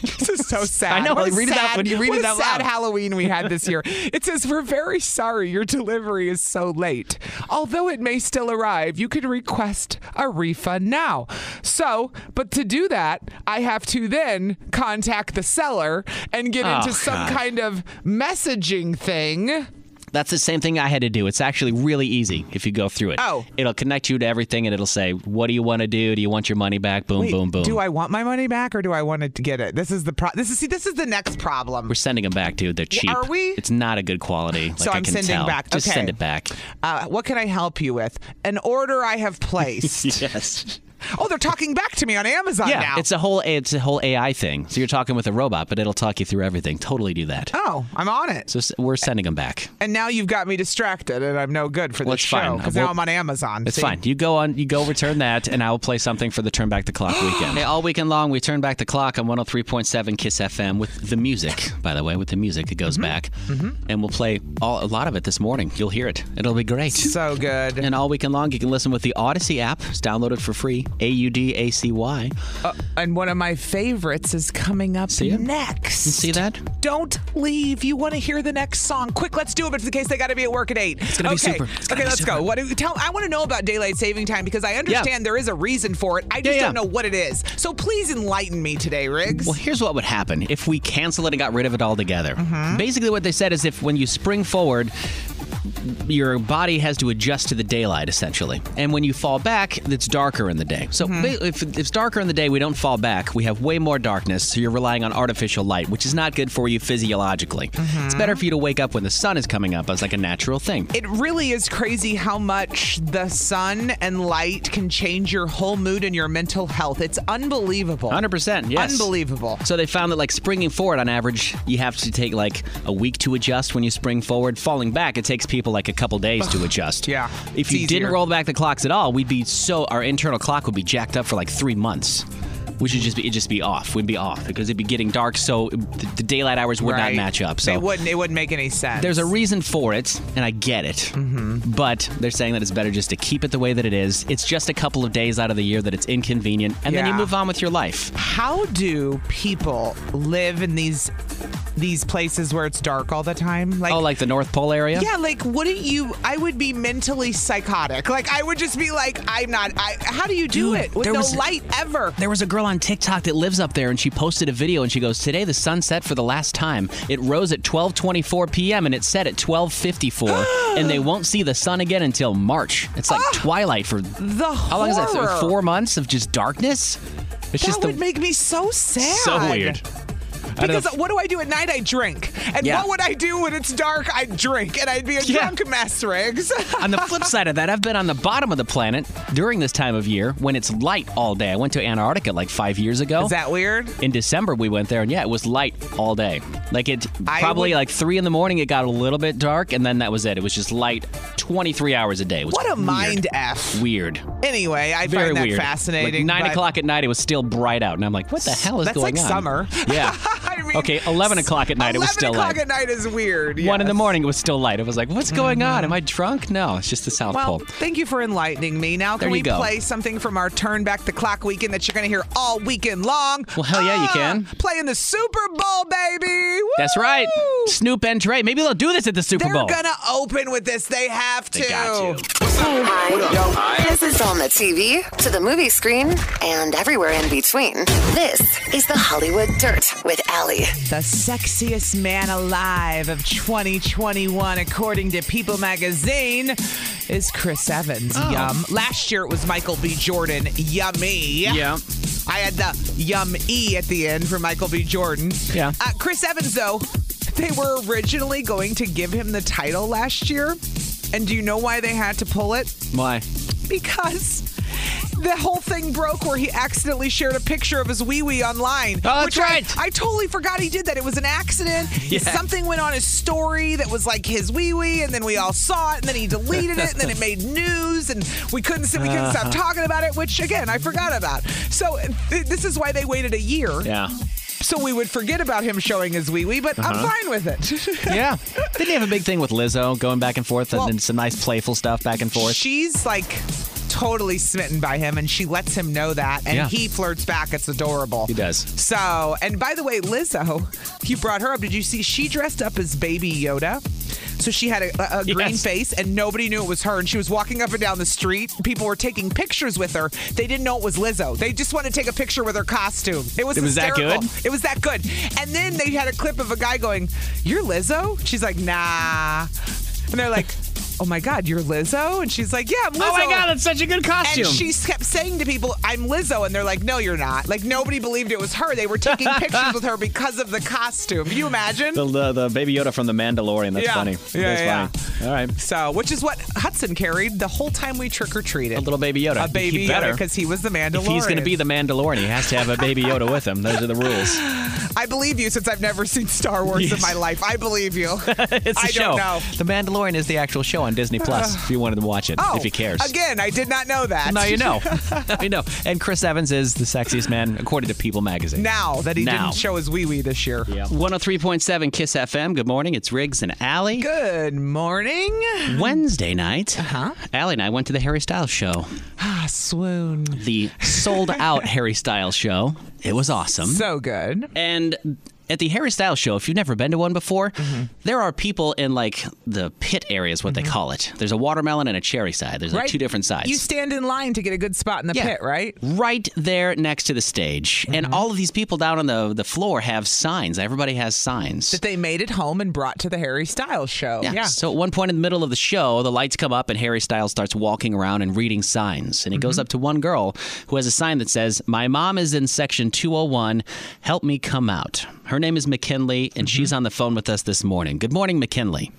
B: this is so sad.
C: I know,
B: What a
C: read it out-
B: sad-
C: when you read
B: what
C: it
B: a
C: out
B: sad
C: loud.
B: Halloween we had this year. It says, We're very sorry your delivery is so late. Although it may still arrive, you can request a refund now. So, but to do that, I have to then contact the seller and get
C: Oh,
B: into some
C: God.
B: kind of messaging thing.
C: That's the same thing I had to do. It's actually really easy if you go through it.
B: Oh.
C: It'll connect you to everything and it'll say, what do you want to do? Do you want your money back? Boom,
B: Wait,
C: boom, boom.
B: Do I want my money back or do I want it to get it? This is the pro- this is see this is the next problem.
C: We're sending them back, dude. They're cheap.
B: Are we?
C: It's not a good quality. Like
B: So
C: I
B: I'm
C: can
B: sending
C: tell.
B: back-
C: Just send
B: okay.
C: it back.
B: Uh, what can I help you with? An order I have placed.
C: yes.
B: Oh, they're talking back to me on Amazon
C: yeah,
B: now.
C: it's a whole it's a whole AI thing. So you're talking with a robot, but it'll talk you through everything. Totally do that.
B: Oh, I'm on it.
C: So s- we're sending them back.
B: And now you've got me distracted, and I'm no good for this
C: Well, it's
B: show
C: fine.
B: because
C: We'll-
B: now I'm on Amazon.
C: It's
B: see?
C: fine. You go on. You go return that, and I will play something for the Turn Back the Clock weekend. Hey, all weekend long, we turn back the clock on 103.7 Kiss FM with the music. By the way, with the music that goes back, and we'll play all, a lot of it this morning. You'll hear it. It'll be great.
B: So good.
C: And all weekend long, you can listen with the Odyssey app. It's downloaded for free. A U D A C Y.
B: Uh, and one of my favorites is coming up
C: See it?
B: next.
C: You see that?
B: Don't leave. You want to hear the next song. Quick, let's do it. But in case they got to be at work at eight. It's
C: gonna be
B: okay.
C: super. It's
B: okay, let's go. What do tell? I want to know about daylight saving time because I understand there is a reason for it. I just
C: yeah.
B: don't know what it is. So please enlighten me today, Riggs.
C: Well, here's what would happen if we canceled it and got rid of it altogether.
B: Mm-hmm.
C: Basically, what they said is if when you spring forward, your body has to adjust to the daylight essentially. And when you fall back, it's darker in the day. So
B: Mm-hmm.
C: ba- if if it's darker in the day, we don't fall back. We have way more darkness, so you're relying on artificial light, which is not good for you physiologically. It's better for you to wake up when the sun is coming up as like a natural thing.
B: Mm-hmm. It really is crazy how much the sun and light can change your whole mood and your mental health. It's unbelievable.
C: 100%, yes.
B: Unbelievable.
C: So they found that like springing forward on average, you have to take like a week to adjust when you spring forward. Falling back, it takes people like a couple days to adjust. Yeah. If
B: it's
C: you
B: easier.
C: didn't roll back the clocks at all, we'd be so our internal clock would be jacked up for like 3 months. Which would just be it just be off. We'd be off because it'd be getting dark, so the the daylight hours would
B: Right.
C: not match up. So
B: They wouldn't. It wouldn't make any sense.
C: there's a reason for it, and I get it.
B: Mm-hmm.
C: But they're saying that it's better just to keep it the way that it is. It's just a couple of days out of the year that it's inconvenient, and then you
B: Yeah.
C: move on with your life.
B: How do people live in these these places where it's dark all the time? Like
C: oh, like the North Pole area?
B: Yeah, like wouldn't you I would be mentally psychotic. Like I would just be like I'm not I how do you do
C: Dude,
B: it with
C: there
B: no
C: was-
B: light ever?
C: There was a girl on TikTok that lives up there, and she posted a video, and she goes, "Today the sun set for the last time. It rose at 12:24 p.m. and it set at 12:54, and they won't see the sun again until March. It's like twilight for
B: The
C: how long is that?
B: Ah! horror.
C: Four months of just darkness. It's
B: That
C: just
B: would
C: the,
B: make me so sad.
C: so weird. I don't
B: Because what do I do at night? I drink. And
C: Yeah.
B: what would I do when it's dark? I'd drink and I'd be a
C: Yeah.
B: drunk mess, Riggs.
C: on the flip side of that, I've been on the bottom of the planet during this time of year when it's light all day. I went to Antarctica like five years ago. Is
B: that weird?
C: In December, we went there, and yeah, it was light all day. Like it probably like three in the morning, it got a little bit dark, and then that was it. It was just light 23 hours a day. It was
B: What a
C: weird.
B: mind f.
C: Weird.
B: Anyway, I
C: Very
B: find that
C: weird.
B: fascinating.
C: Like nine
B: but-
C: o'clock at night, it was still bright out, and I'm like, what the hell is
B: That's
C: going
B: like
C: on?
B: summer.
C: Yeah. okay, eleven o'clock at night, it was still
B: Eleven o'clock
C: light.
B: at night is weird.
C: One in
B: yes.
C: the morning, it was still light. It was like, what's going on? Am I drunk? No, it's just the South
B: Well,
C: Pole.
B: thank you for enlightening me. Now,
C: There
B: can
C: you
B: we
C: go.
B: play something from our Turn Back the Clock weekend that you're going to hear all weekend long?
C: Well, hell yeah, you
B: Ah,
C: can.
B: Playing the Super Bowl, baby. Woo!
C: That's right. Snoop and Dre. Maybe they'll do this at the Super
B: They're
C: Bowl.
B: going to open with this. They have to.
C: They got
A: Hi. This is on the TV, to the movie screen, and everywhere in between. This is the Hollywood Dirt with Allie.
B: The sexiest man alive of 2021, according to People magazine, is Chris Evans.
J: Oh.
B: Yum. Last year it was Michael B. Jordan. Yummy.
C: Yeah.
B: I had the yum E at the end for Michael B. Jordan. Yeah. Uh, Chris Evans, though, they were originally going to give him the title last year. And do you know why they had to pull it?
C: Why?
B: because the whole thing broke where he accidentally shared a picture of his wee wee online. Oh, that's right. I, totally forgot he did that. It was an accident.
J: Yeah.
B: Something went on his story that was like his wee wee, and then we all saw it, and then he deleted it, and then it made news, and we couldn't sit- we couldn't stop
J: Uh-huh.
B: talking about it, which again I forgot about. So th- this is why they waited a year.
C: Yeah.
B: So we would forget about him showing his wee wee, but I'm
C: Uh-huh.
B: fine with it.
C: yeah. Didn't he have a big thing with Lizzo going back and forth and then some nice playful stuff back and forth?
B: She's like totally smitten by him and she lets him know that and
C: Yeah.
B: he flirts back. It's adorable. He
C: does.
B: So, and by the way, Lizzo, you brought her up. Did you see she dressed up as baby Yoda? So she had a, a green face and nobody knew it was her. And she was walking up and down the street. People were taking pictures with her. They didn't know it was Lizzo. They just wanted to take a picture with her costume. It was
C: It was that
B: hysterical.
C: good?
B: It was that good. And then they had a clip of a guy going, You're Lizzo? She's like, Nah. And they're like, Oh my God, you're Lizzo? And she's like, Yeah, I'm Lizzo.
C: Oh my God, that's such a good costume.
B: And she kept saying to people, I'm Lizzo. And they're like, No, you're not. Like, nobody believed it was her. They were taking pictures with her because of the costume. Can you imagine?
C: The, the, the Baby Yoda from The Mandalorian. That's
B: Yeah.
C: funny.
B: Yeah,
C: That's
B: yeah.
C: funny. All right.
B: So, which is what Hudson carried the whole time we trick or treated. A little
C: baby Yoda.
B: A baby
C: He
B: Yoda
C: better.
B: because he was the Mandalorian.
C: If he's going to be the Mandalorian, he has to have a Baby Yoda with him. Those are the rules.
B: I believe you since I've never seen Star Wars in
C: Yes.
B: my life. I believe you.
C: It's a
B: I
C: show.
B: don't know. Uh,
C: The Mandalorian is the actual show on Disney Plus. if you wanted to watch it,
B: Oh,
C: if you cares.
B: Again, I did not know that.
C: Now you know. now you know. And Chris Evans is the sexiest man according to People magazine.
B: now that he
C: Now.
B: didn't show his wee wee this year.
C: 103.7 Kiss FM. Good morning. It's Riggs and Allie.
B: Good morning.
C: Wednesday night, uh-huh. Allie and I went to the Harry Styles show.
B: Ah, swoon.
C: The sold out Harry Styles show. It was awesome.
B: So good.
C: And at the Harry Styles show, if you've never been to one before,
B: Mm-hmm.
C: there are people in like the pit area is what they call it. There's a watermelon and a cherry side. There's like
B: Right.
C: two different sides.
B: You stand in line to get a good spot in the pit, right? Mm-hmm.
C: Right there next to the stage. And all of these people down on the, the floor have signs. Everybody has signs.
B: That they made it home and brought to the Harry Styles show.
C: Yeah. So at one point in the middle of the show, the lights come up and Harry Styles starts walking around and reading signs. And he
B: Mm-hmm.
C: goes up to one girl who has a sign that says, My mom is in section 201. Help me come out. Her name is McKinley,
B: Mm-hmm.
C: and she's on the phone with us this morning. Good morning, McKinley.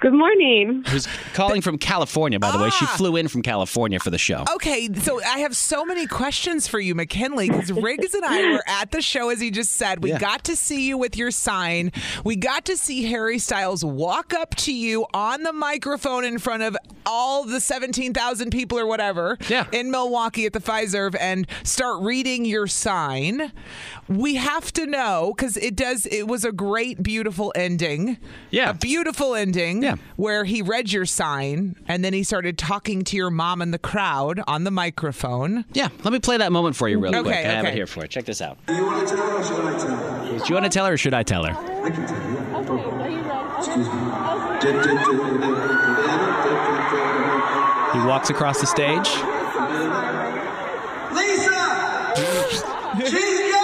K: Good morning.
C: Who's calling from California, by the way. She
B: Ah.
C: flew in from California for the show.
B: Okay, so I have so many questions for you, McKinley, because Riggs and I were at the show, as he just said. We
C: Yeah.
B: got to see you with your sign. We got to see Harry Styles walk up to you on the microphone in front of all the 17,000 people or whatever in Milwaukee at the Pfizer and start reading your sign. We have to know, because it does, it was a great, beautiful ending. Yeah. A beautiful ending yeah. where he read your sign and then he started talking to your mom in the crowd on the microphone.
C: Yeah, let me play that moment for you really
B: Okay,
C: quick. I have it
B: okay.
C: here for you. Check this out.
J: Do you want to tell her or should I tell her?
C: Do you want to tell her or should I tell her?
J: I can tell you. Excuse me. Dun, dun, dun, dun, dun, dun, dun, dun, dun, dun.
C: He walks across the stage.
J: Lisa! She's gay!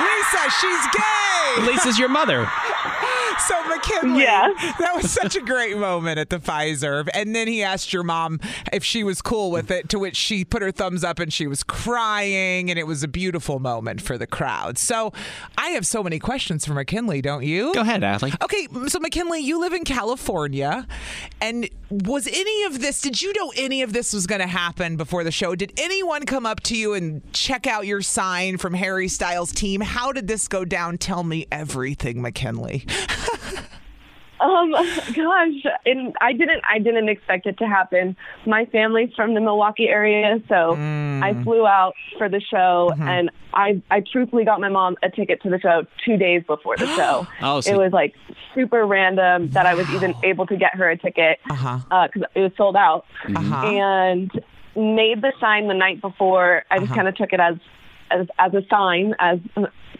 B: Lisa, she's gay!
C: Lisa's your mother.
B: So McKinley, that was such a great moment at the Pfizer. And then he asked your mom if she was cool with it, to which she put her thumbs up and she was crying, and it was a beautiful moment for the crowd. So I have so many questions for McKinley, don't you? Go
C: ahead, Ashley.
B: Okay, so McKinley, you live in California, and was any of this? Did you know any of this was going to happen before the show? Did anyone come up to you and check out your sign from Harry Styles' team? How did this go down? Tell me everything, McKinley.
K: Um, gosh, and I didn't, I didn't expect it to happen. My family's from the Milwaukee area, so
B: Mm.
K: I flew out for the show,
B: Mm-hmm.
K: and I, I truthfully got my mom a ticket to the show two days before the show.
L: Oh, so-
K: it was like super random that I was even able to get her a ticket
B: Uh-huh.
K: because it was sold out,
B: Uh-huh.
K: and made the sign the night before. I just
B: Uh-huh.
K: kind of took it as. As, as a sign, as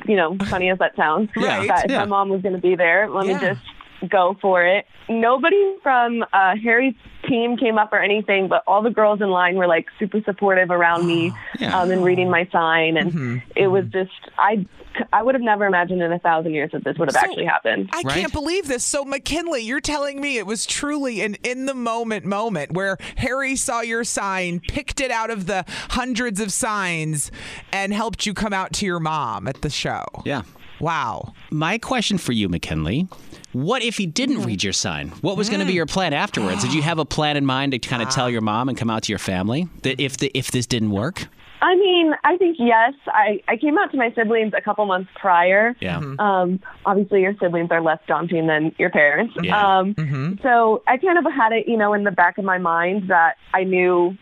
K: you know, funny as that sounds,
B: Right,
K: that if
B: yeah.
K: my mom was going to be there, let
B: Yeah.
K: me just go for it. Nobody from uh, Harry's team came up or anything, but all the girls in line were like super supportive around me um, and reading my sign. And it was just, I, I would have never imagined in a thousand years that this would have
B: So,
K: actually happened.
B: I can't believe this. So McKinley, you're telling me it was truly an in the moment moment where Harry saw your sign, picked it out of the hundreds of signs, and helped you come out to your mom at the show.
C: Yeah.
B: Wow.
C: My question for you, McKinley. What if he
B: Mm-hmm.
C: didn't read your sign? What was going
B: Mm.
C: to be your plan afterwards? Did you have a plan in mind to kind of tell your mom and come out to your family that if the, if this didn't work?
K: I mean, I think yes. I, I came out to my siblings a couple months prior.
C: Yeah.
B: Mm-hmm.
C: Mhm.
K: Um, obviously, your siblings are less daunting than your parents.
C: Yeah.
K: Um,
B: Mm-hmm.
K: So I kind of had it, you know, in the back of my mind that I knew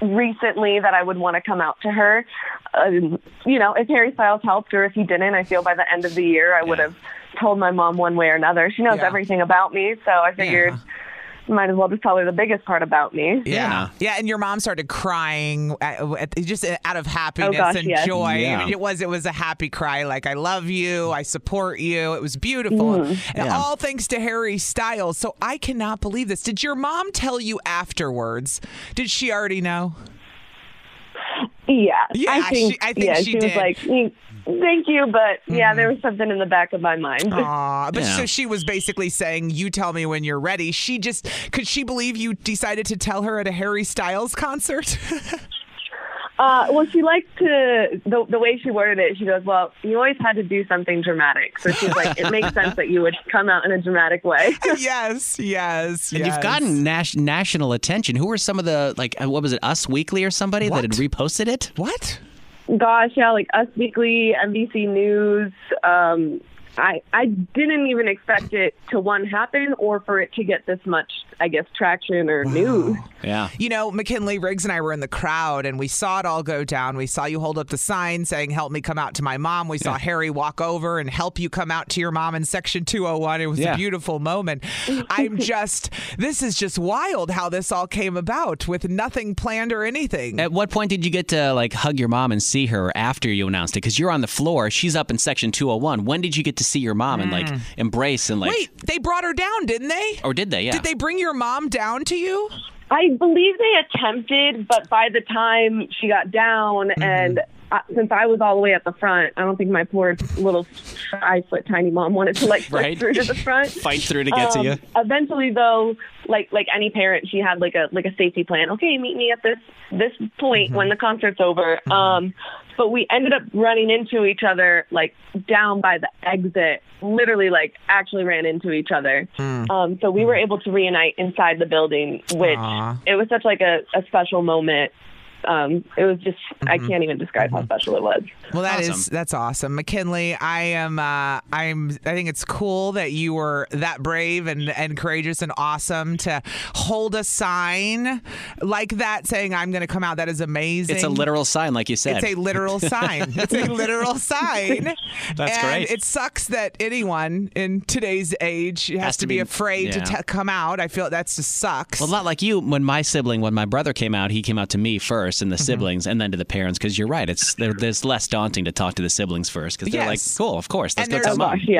K: recently that I would want to come out to her. Um, you know, if Harry Styles helped or if he didn't, I feel by the end of the year I would have told my mom one way or another. She knows
B: Yeah.
K: everything about me, so I figured might as well just tell her the biggest part about me.
B: Yeah. Yeah, and your mom started crying at, at, just out of happiness
K: gosh,
B: and
K: yes.
B: joy.
K: Yeah.
B: It was it was a happy cry like I love you, I support you. It was beautiful. And
C: Yeah.
B: all thanks to Harry Styles. So I cannot believe this. Did your mom tell you afterwards? Did she already know?
K: Yeah,
B: Yeah,
K: I think,
B: she- I think
K: yeah,
B: she
K: was
B: did. Mm-hmm.
K: like, "Mm, "Thank you," but yeah, there was something in the back of my mind.
B: Aw, but so she was basically saying, "You tell me when you're ready." She just could she believe you decided to tell her at a Harry Styles concert?
K: Uh, well, she liked to the the way she worded it. She goes, "Well, you always had to do something dramatic," so she's like, "It makes sense that you would come out in a dramatic way."
B: yes, yes,
C: And you've gotten nas- national attention. Who were some of the like? uh, What was it? Us Weekly or somebody that had reposted it?
B: What?
K: Gosh, yeah, like Us Weekly, NBC News. Um, I I didn't even expect it to one happen or for it to get this much, I guess, traction or news.
C: Yeah.
B: You know, McKinley Riggs and I were in the crowd and we saw it all go down. We saw you hold up the sign saying, Help me come out to my mom. We saw Harry walk over and help you come out to your mom in section 201. It was
C: Yeah.
B: a beautiful moment. I'm just, this is just wild how this all came about with nothing planned or anything.
C: At what point did you get to like hug your mom and see her after you announced it? Because you're on the floor, she's up in section 201. When did you get to see your mom and like
B: Mm.
C: embrace and like?
B: Wait, they brought her down, didn't they?
C: Or did they? Oh, Yeah.
B: Did they bring your mom down to you?
K: I believe they attempted, but by the time she got down, and I, since I was all the way at the front, I don't think my poor little five foot tiny mom wanted to like
C: Right.
K: right. through to the front.
C: Fight through to get to
B: Um,
C: you.
K: Um, Eventually, though, like like any parent, she had like a like a safety plan. Okay, meet me at this this point
C: Mm-hmm.
K: when the concert's over. Um, but we ended up running into each other like down by the exit. Literally, like actually ran into each other.
C: Hmm.
B: Mm.
K: Um, so we were able to reunite inside the building, which
B: Aw.
K: it was such like a, a special moment. Um, it was just I
C: Mm-hmm.
K: can't even describe how special it was.
B: Well, that is that's awesome, McKinley. I am uh, I'm I think it's cool that you were that brave and and courageous and awesome to hold a sign like that saying I'm going to come out. That is amazing.
C: It's a literal sign, like you said.
B: It's a literal sign. It's a literal sign.
C: That's
B: and
C: great.
B: It sucks that anyone in today's age has, to, be, afraid to
C: yeah.
B: t- come out. I feel that's just sucks.
C: Well, not like you. When my sibling, when my brother came out, he came out to me 1st first
B: Mm-hmm.
C: and the siblings and then to the parents because you're right. It's they're- it's less daunting to talk to the siblings first because they're
B: Yes.
C: like, cool, of course, let's
B: and
C: go
B: there's
C: tell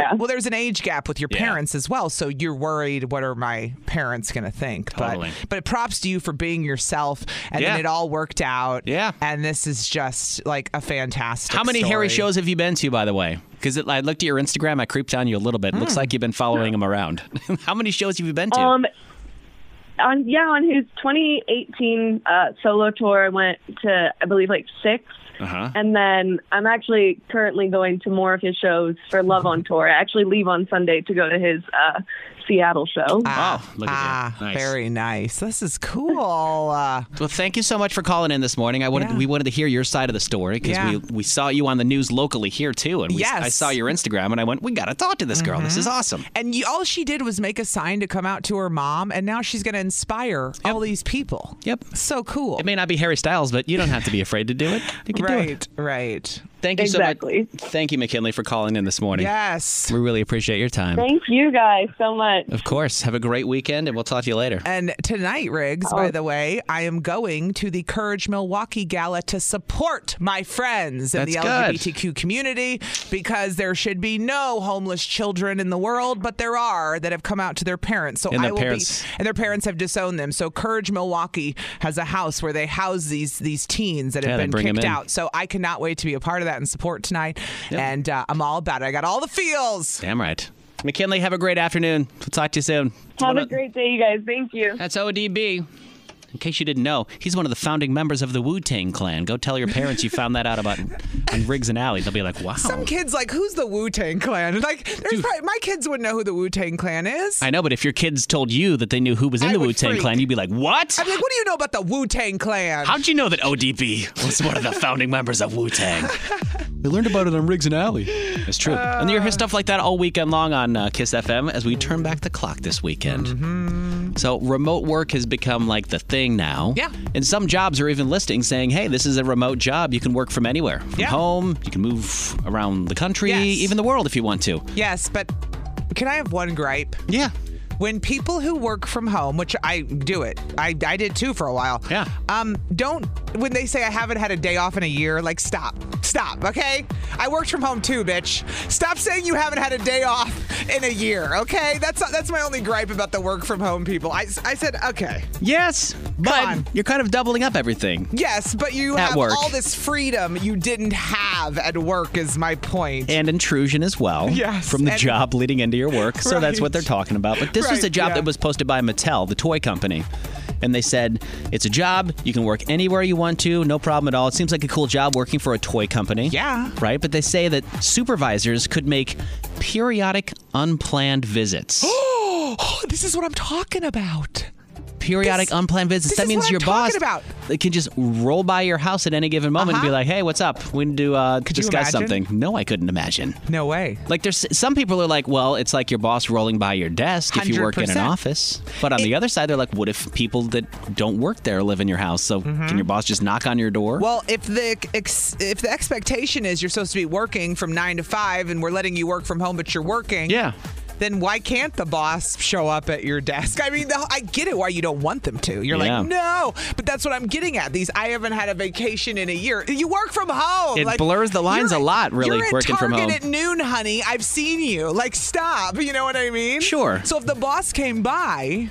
C: mom.
B: Well, there's an age gap with your parents as well, so you're worried. What are my parents going to think?
C: Totally.
B: But but props to you for being yourself, and
C: Yeah.
B: then it all worked out.
C: Yeah.
B: And this is just like a fantastic.
C: How many
B: story.
C: Harry shows have you been to, by the way? Because I looked at your Instagram, I creeped on you a little bit. Looks
B: Hmm.
C: like you've been following him around. How many shows have you been to?
K: Um, on yeah, on his 2018 uh, solo tour, I went to I believe like six,
C: uh-huh.
K: and then I'm actually currently going to more of his shows for Love on Tour. I actually leave on Sunday to go to his uh, Seattle show.
C: Oh, look at
B: ah,
C: you. Nice.
B: Very nice. This is cool. Uh,
C: Well, thank you so much for calling in this morning. I wanted we wanted to hear your side of the story because
B: Yeah.
C: we, we saw you on the news locally here too, and we,
B: Yes. Mm-hmm.
C: I saw your Instagram and I went, we got to talk to this girl. This is awesome.
B: and you, all she did was make a sign to come out to her mom, and now she's going to inspire all these people.
C: Yep.
B: So cool.
C: It may not be Harry Styles, but you don't have to be afraid to do it. You can do
B: Right.
C: it.
B: Right.
C: Thank you so much. Thank you, McKinley, for calling in this morning.
B: Yes.
C: We really appreciate your time.
K: Thank you guys so much.
C: Of course. Have a great weekend, and we'll talk to you later.
B: And tonight, Riggs, by
C: Oh.
B: the way, I am going to the Courage Milwaukee Gala to support my friends in
C: That's
B: the
C: good.
B: LGBTQ community because there should be no homeless children in the world, but there are that have come out to their parents. So
C: And
B: I
C: their
B: will
C: parents-
B: be and their parents have disowned them. So Courage Milwaukee has a house where they house these these teens that
C: Yeah,
B: have
C: they
B: been
C: bring 'em
B: kicked
C: in.
B: out. So I cannot wait to be a part of that and support tonight. And uh, I'm all about it. I got all the feels.
C: Damn right. McKinley, have a great afternoon. We'll talk to you soon.
K: Have a great day, you guys. Thank you.
C: That's ODB. In case you didn't know, he's one of the founding members of the Wu Tang Clan. Go tell your parents you found that out about on Riggs and Alley. They'll be like, wow.
B: Some kids like, who's the Wu Tang Clan? Like, there's probably, my kids wouldn't know who the Wu Tang Clan is.
C: I know, but if your kids told you that they knew who was in the Wu Tang
B: freak.
C: Clan, you'd be like, what?
B: I'm like, what do you know about the Wu Tang Clan?
C: How'd you know that ODB was one of the founding members of Wu Tang?
L: We learned about it on Riggs and Alley.
C: It's true. and you'll hear stuff like that all weekend long on uh, Kiss FM as we turn back the clock this weekend.
L: Mm-hmm.
C: So remote work has become like the thing now.
B: Yeah.
C: And some jobs are even listing saying, "Hey, this is a remote job. You can work from anywhere, from
B: Yeah.
C: home. You can move around the country, even the world if you want to."
B: Yes, but can I have one gripe?
C: Yeah.
B: When people who work from home, which I do it, I, I did too for a while. Yeah. Um, don't when they say I haven't had a day off in a year, like stop, stop, okay? I worked from home too, bitch. Stop saying you haven't had a day off in a year, okay? That's that's my only gripe about the work from home people. I, I said okay.
C: Yes, but you're kind of doubling up everything.
B: Yes, but you
C: At
B: have
C: work.
B: all this freedom you didn't have at work is my point.
C: And intrusion as well
B: Yes,
C: from the
B: and-
C: job leading into your work. So that's
B: Right.
C: what they're talking about. But this was
B: Right,
C: a job
B: yeah.
C: that was posted by Mattel, the toy company. And they said, it's a job. You can work anywhere you want to. No problem at all. It seems like a cool job working for a toy company.
B: Yeah.
C: Right? But they say that supervisors could make periodic unplanned visits.
B: Oh, this is what I'm talking about.
C: periodic unplanned visits.
B: this
C: that
B: is
C: means
B: what I'm
C: your boss
B: talking about.
C: they can just roll by your house at any given moment and be
B: Uh-huh.
C: like, "Hey, what's up? We need to uh,
B: you
C: discuss
B: imagine?
C: something." No, I couldn't imagine.
B: No way.
C: Like there's some people are like, "Well, it's like your boss rolling by your desk if you work in an
B: 100%.
C: office." But on the other side, they're like, "What if people that don't work there live in your house? So can your boss just knock on your door?"
B: Well, if the ex- if the expectation is you're supposed to be working from 9 to 5 and we're letting you work from home but you're working.
C: Yeah.
B: Then why can't the boss show up at your desk? I mean, the, I get it why you don't want them to. You're
C: Yeah.
B: like, "No." But that's what I'm getting at. These I haven't had a vacation in a year. You work from home.
C: It
B: Like,
C: blurs the lines
B: you're
C: a
B: at-
C: lot, really,
B: you're at
C: working from
B: Target
C: home.
B: at noon, honey. I've seen you. Like, stop. You know what I mean?
C: Sure.
B: So if the boss came by,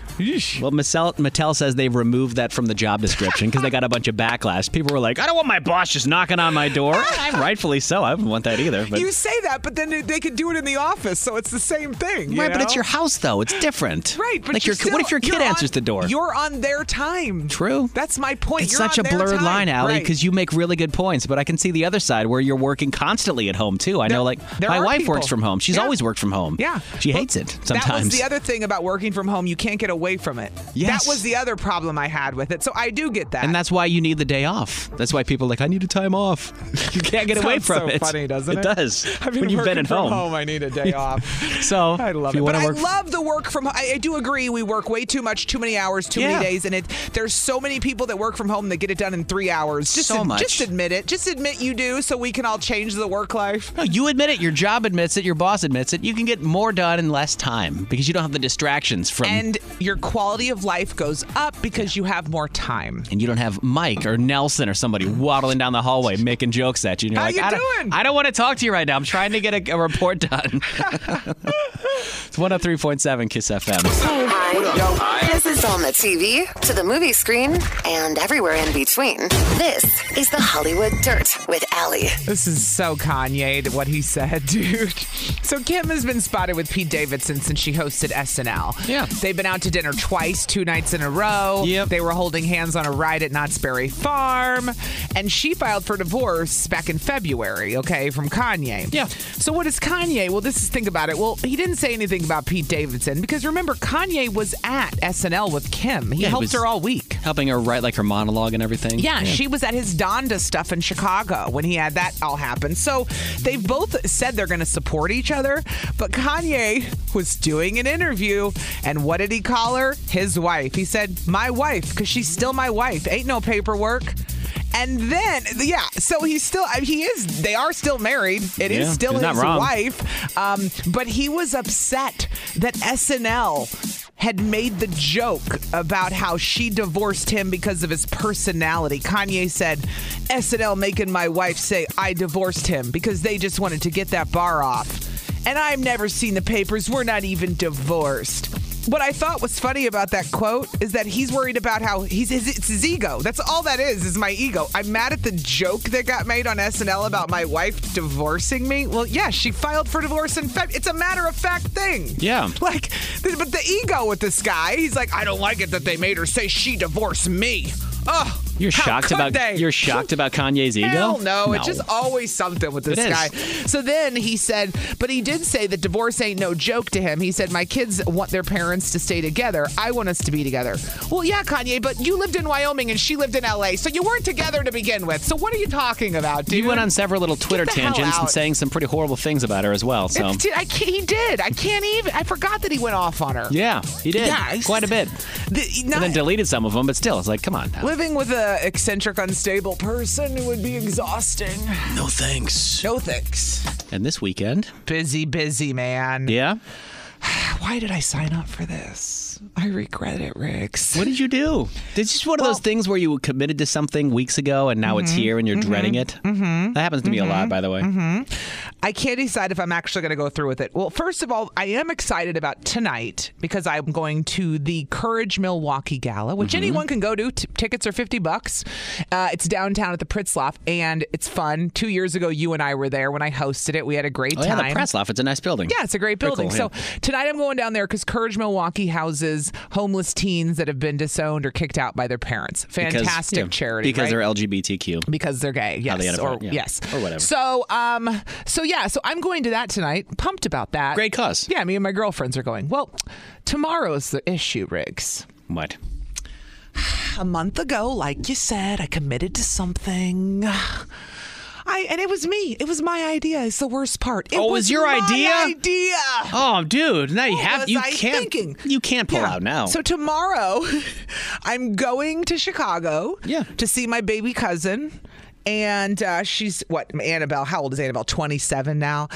C: Well, Mattel, Mattel says they've removed that from the job description because they got a bunch of backlash. People were like, "I don't want my boss just knocking on my door." And rightfully so. I wouldn't want that either. But
B: you say that, but then they could do it in the office, so it's the same thing. you
C: Right, but it's
B: know?
C: your house, though. It's different.
B: Right, but
C: like
B: you're
C: your what if your
B: still-
C: kid
B: you're
C: answers
B: on-
C: the door?
B: You're on their time. True. That's my point.
C: it's
B: You're
C: such a
B: on their
C: blurred
B: time.
C: line, Allie,
B: Right.
C: because you make really good points, but I can see the other side where you're working constantly at home too. I know, like
B: there
C: my
B: are
C: wife
B: people.
C: works from home. She's
B: Yeah.
C: always worked from home.
B: Yeah.
C: she hates it
B: That was
C: sometimes.
B: the other thing about working from home. You can't get away from it.
C: Yes.
B: That was the other problem I had with it. So I do get that.
C: and that's why you need the day off. That's why people are like, I need a time off. You can't get away
B: Sounds
C: from
B: so
C: it.
B: funny, doesn't it?
C: It does.
B: I've been
C: when you've been
B: working
C: at
B: from
C: home.
B: home, I need a day off.
C: So
B: I love
L: If you
B: it. But
L: wanna
B: I
L: work-
B: love the work from. I, I do agree. We work way too much, too many hours, too
C: Yeah.
B: many days, and it. There's so many people that work from home that get it done in three hours. Just
C: So
B: ad-
C: much.
B: Just admit it. Just admit you do, so we can all change the work life.
C: No, you admit it. Your job admits it. Your boss admits it. You can get more done in less time because you don't have the distractions from.
B: And your quality of life goes up because you have more time.
C: And you don't have Mike or Nelson or somebody waddling down the hallway making jokes at you. And you're
B: How
C: like,
B: you
C: I Don't, I don't want to talk to you right now. I'm trying to get a, a report done. it's 103.7 Kiss FM.
A: Hi. This is on the TV, to the movie screen, and everywhere in between. This is the Hollywood Dirt with Allie.
B: This is so Kanye, what he said, dude. So Kim has been spotted with Pete Davidson since she hosted SNL. Yeah. They've been out to dinner twice, two nights in a row. Yep. They were holding hands on a ride at Knott's Berry Farm. And she filed for divorce back in February, okay, from Kanye. Yeah. So what is Kanye? Well, this is think about it. Well, he didn't say anything about Pete Davidson because remember, Kanye was at SNL with Kim. He
C: Yeah,
B: helped
C: was
B: her all week.
C: Helping her write like her monologue and everything.
B: yeah, she was at his Donda stuff in Chicago when he had that all happen. So they've both said they're going to support each other, but Kanye was doing an interview, and what did he call her? His wife. He said, My wife, because she's still my wife. Ain't no paperwork. And then, yeah, so he's still, I mean, he is, they are still married. It is
C: Yeah,
B: still
C: he's
B: his
C: not wrong.
B: wife. Um, but he was upset that SNL had made the joke about how she divorced him because of his personality. Kanye said, SNL making my wife say I divorced him because they just wanted to get that bar off. And I've never seen the papers. We're not even divorced. What I thought was funny about that quote is that he's worried about how he's his, it's his ego. That's all that is is my ego. I'm mad at the joke that got made on SNL about my wife divorcing me. Well, yeah, she filed for divorce in fact. It's a matter of fact thing.
C: Yeah.
B: Like, th- but the ego with this guy, he's like, I don't like it that they made her say she divorced me. Oh,
C: You're
B: how
C: shocked
B: could
C: about
B: they?
C: you're shocked about Kanye's ego.
B: Hell no, it's just always something with this
C: It is.
B: guy. So then he said, but he did say that divorce ain't no joke to him. He said, my kids want their parents to stay together. I want us to be together. Well, yeah, Kanye, but you lived in Wyoming and she lived in LA, so you weren't together to begin with. So what are you talking about, dude?
C: You went on several little Twitter
B: the hell
C: tangents and
B: out. saying
C: some pretty horrible things about her as well. So
B: It's- dude, I can't, he did. I can't even. I forgot that he went off on her.
C: yeah, he did
B: Yeah, it's-
C: quite a bit,
B: The-
C: and
B: not-
C: then deleted some of them. But still, it's like, come on. now.
B: Living with an eccentric, unstable person would be exhausting.
C: No thanks.
B: No thanks.
C: And this weekend,
B: busy, busy man.
C: Yeah.
B: Why did I sign up for this? I regret it, Riggs.
C: What did you do? It's just one of those things where you committed to something weeks ago, and now it's
B: Mhm,
C: here, and you're
B: mhm,
C: dreading it.
B: mhm,
C: That happens to me a lot, by the way.
B: hmm I can't decide if I'm actually going to go through with it. Well, first of all, I am excited about tonight because I'm going to the Courage Milwaukee Gala, which
C: Mhm.
B: anyone can go to. T- tickets are 50 bucks. Uh, it's downtown at the Pritzloff, and it's fun. Two years ago, you and I were there when I hosted it. We had a great
C: Oh
B: time.
C: yeah, the Presloff. It's a nice building.
B: Yeah, it's a great
C: Pretty
B: building.
C: cool,
B: so tonight I'm going down there because Courage Milwaukee houses homeless teens that have been disowned or kicked out by their parents.
C: Because-
B: Fantastic
C: yeah,
B: charity.
C: because
B: right?
C: they're LGBTQ.
B: Because they're gay.
C: How they
B: yes,
C: identify,
B: or-
C: yeah.
B: yes.
C: or whatever.
B: So, um, so yeah, so I'm going to that tonight. Pumped about that. Great
C: cause.
B: Yeah, me and my girlfriends are going. Well, tomorrow's the issue, Riggs.
C: What?
B: A month ago, like you said, I committed to something. I and it was me. It was my idea. It's the worst part. It
C: Oh, it was your
B: my
C: idea?
B: Idea.
C: Oh, dude, now you
B: What
C: have
B: was
C: you
B: I
C: can't
B: thinking?
C: you can't pull
B: Yeah.
C: out now.
B: So tomorrow, I'm going to Chicago. Yeah. To see my baby cousin, and uh, she's what Annabelle? How old is Annabelle? 27 now,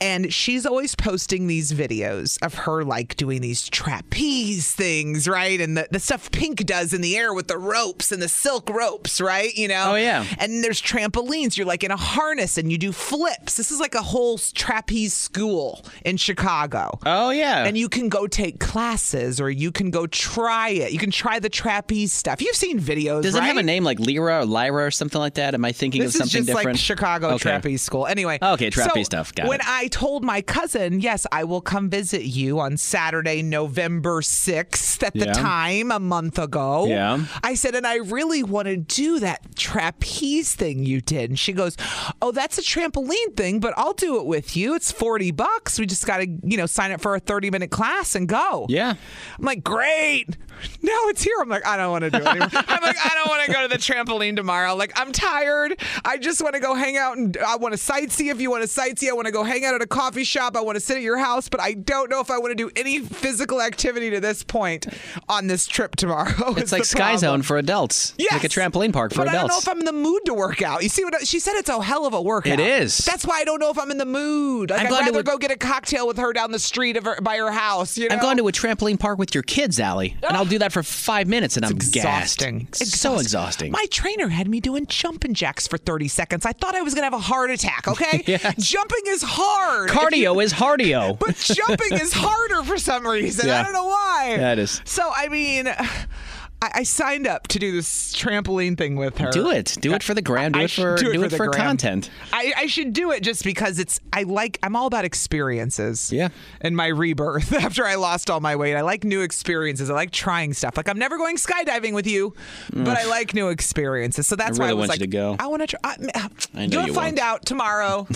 B: and she's always posting these videos of her like doing these trapeze things, right? And the the stuff Pink does in the air with the ropes and the silk ropes, right? You know. Oh yeah. And there's trampolines. You're like in a harness and you do flips. This is like a whole trapeze school in Chicago.
C: Oh yeah.
B: And you can go take classes or you can go try it. You can try the trapeze stuff. You've seen videos.
C: Does it have
B: right?
C: a name like Lyra or Lyra or something like that? Am I thinking
B: This
C: of
B: is
C: something
B: just like
C: different?
B: Chicago trapeze school. Anyway.
C: Okay,
B: So
C: trapeze stuff. Got
B: when
C: it.
B: I told my cousin, yes, I will come visit you on Saturday, November 6th at
C: Yeah.
B: the time a month ago.
C: Yeah.
B: I said, and I really want to do that trapeze thing you did. And she goes, oh, that's a trampoline thing, but I'll do it with you. It's 40 bucks. We just got to, you know, sign up for a 30 minute class and go.
C: Yeah.
B: I'm like, great. Now it's here. I'm like, I don't want to do it anymore. I'm like, I don't want to go to the trampoline tomorrow. Like, I'm tired. I just want to go hang out and I want to sightsee. If you want to sightsee, I want to go hang out at at a coffee shop. I want to sit at your house, but I don't know if I want to do any physical activity to this point on this trip tomorrow.
C: It's
B: is
C: like
B: the
C: Sky
B: problem.
C: Zone for adults. Yes. Like a trampoline park for
B: But I don't know
C: adults.
B: if I'm in the mood to work out. You see what I, she said? It's a hell of a workout.
C: It is.
B: That's why I don't know if I'm in the mood. Like,
C: I'm
B: I'd
C: glad it
B: rather
C: would-
B: go get a cocktail with her down the street of her, by her house. You know?
C: I've gone to a trampoline park with your kids, Allie, and I'll do that for five minutes, and I'm
B: exhausting.
C: gassed. It's so exhausting.
B: My trainer had me doing jumping jacks for 30 seconds. I thought I was going to have a heart attack, okay? Jumping is hard. If you-
C: Cardio is hardio.
B: But jumping is harder for some reason.
C: Yeah.
B: I don't know why.
C: Yeah, it is.
B: So, I mean, I, I signed up to do this trampoline thing with her.
C: Do it. Do it for the gram. Do
B: I
C: it
B: should
C: for
B: do it for
C: it
B: the
C: for
B: gram.
C: content.
B: I, I should do it just because it's I like I'm all about experiences. Yeah. And my rebirth after I lost all my weight. I like new experiences. I like trying stuff. Like I'm never going skydiving with you, but I
C: Mm.
B: like new experiences. So that's
C: I really
B: why I was
C: want
B: like
C: you to go.
B: I want to try I,
C: I know
B: You'll
C: you
B: find out tomorrow.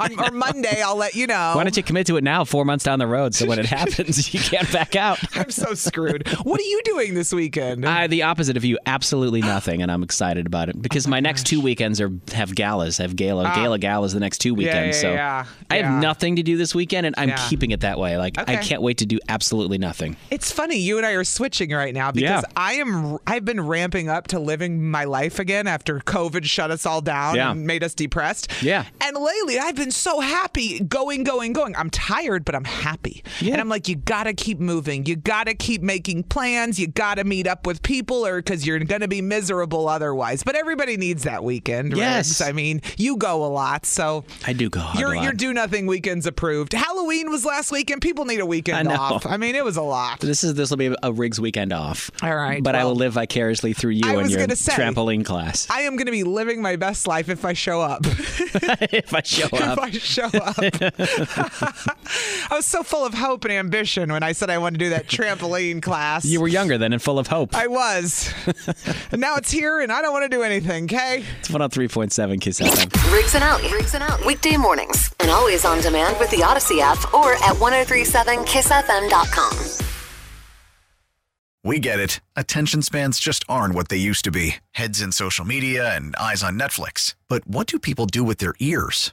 B: on, or Monday, I'll let you know.
C: Why don't you commit to it now, four months down the road, so when it happens, you can't back out?
B: I'm so screwed. What are you doing this weekend?
C: I, the opposite of you, absolutely nothing, and I'm excited about it because
B: Oh
C: my, next two weekends are have galas, I have gala,
B: Ah.
C: gala galas the next two
B: Yeah, yeah,
C: weekends. so
B: yeah,
C: I
B: yeah.
C: have nothing to do this weekend, and I'm
B: Yeah.
C: keeping it that way. Like I
B: Okay.
C: can't wait to do absolutely nothing.
B: It's funny you and I are switching right now because
C: Yeah.
B: I am I've been ramping up to living my life again after COVID shut us all down
C: Yeah.
B: and made us depressed.
C: Yeah.
B: And lately I've been so happy going going going. I'm tired but I'm happy. And I'm like you got to keep moving. You got to keep making plans. You got to meet up with people or cuz you're going to be miserable otherwise. But everybody needs that weekend,
C: Yes.
B: Riggs. I mean, you go a lot, so
C: I do go. hard a
B: your
C: lot.
B: your do nothing weekends approved. Halloween was last weekend. People need a weekend
C: I know.
B: off. I mean, it was a lot.
C: This is this will be a Riggs weekend off. All
B: right,
C: but I
B: well,
C: will live vicariously through you
B: I
C: and
B: was
C: your
B: gonna say-
C: trampoline class
B: I am going to be living my best life if I show up.
C: if I show
B: if
C: up.
B: I show up. I was so full of hope and ambition when I said I wanted to do that trampoline class.
C: You were younger then and full of hope.
B: I was. and now it's here and I don't want to do anything, okay?
C: It's one on three point seven Kiss FM.
A: Riggs and Out. Riggs and Out. Weekday mornings. And always on demand with the Odyssey app or at 1037kissfm.com.
M: We get it. Attention spans just aren't what they used to be heads in social media and eyes on Netflix. But what do people do with their ears?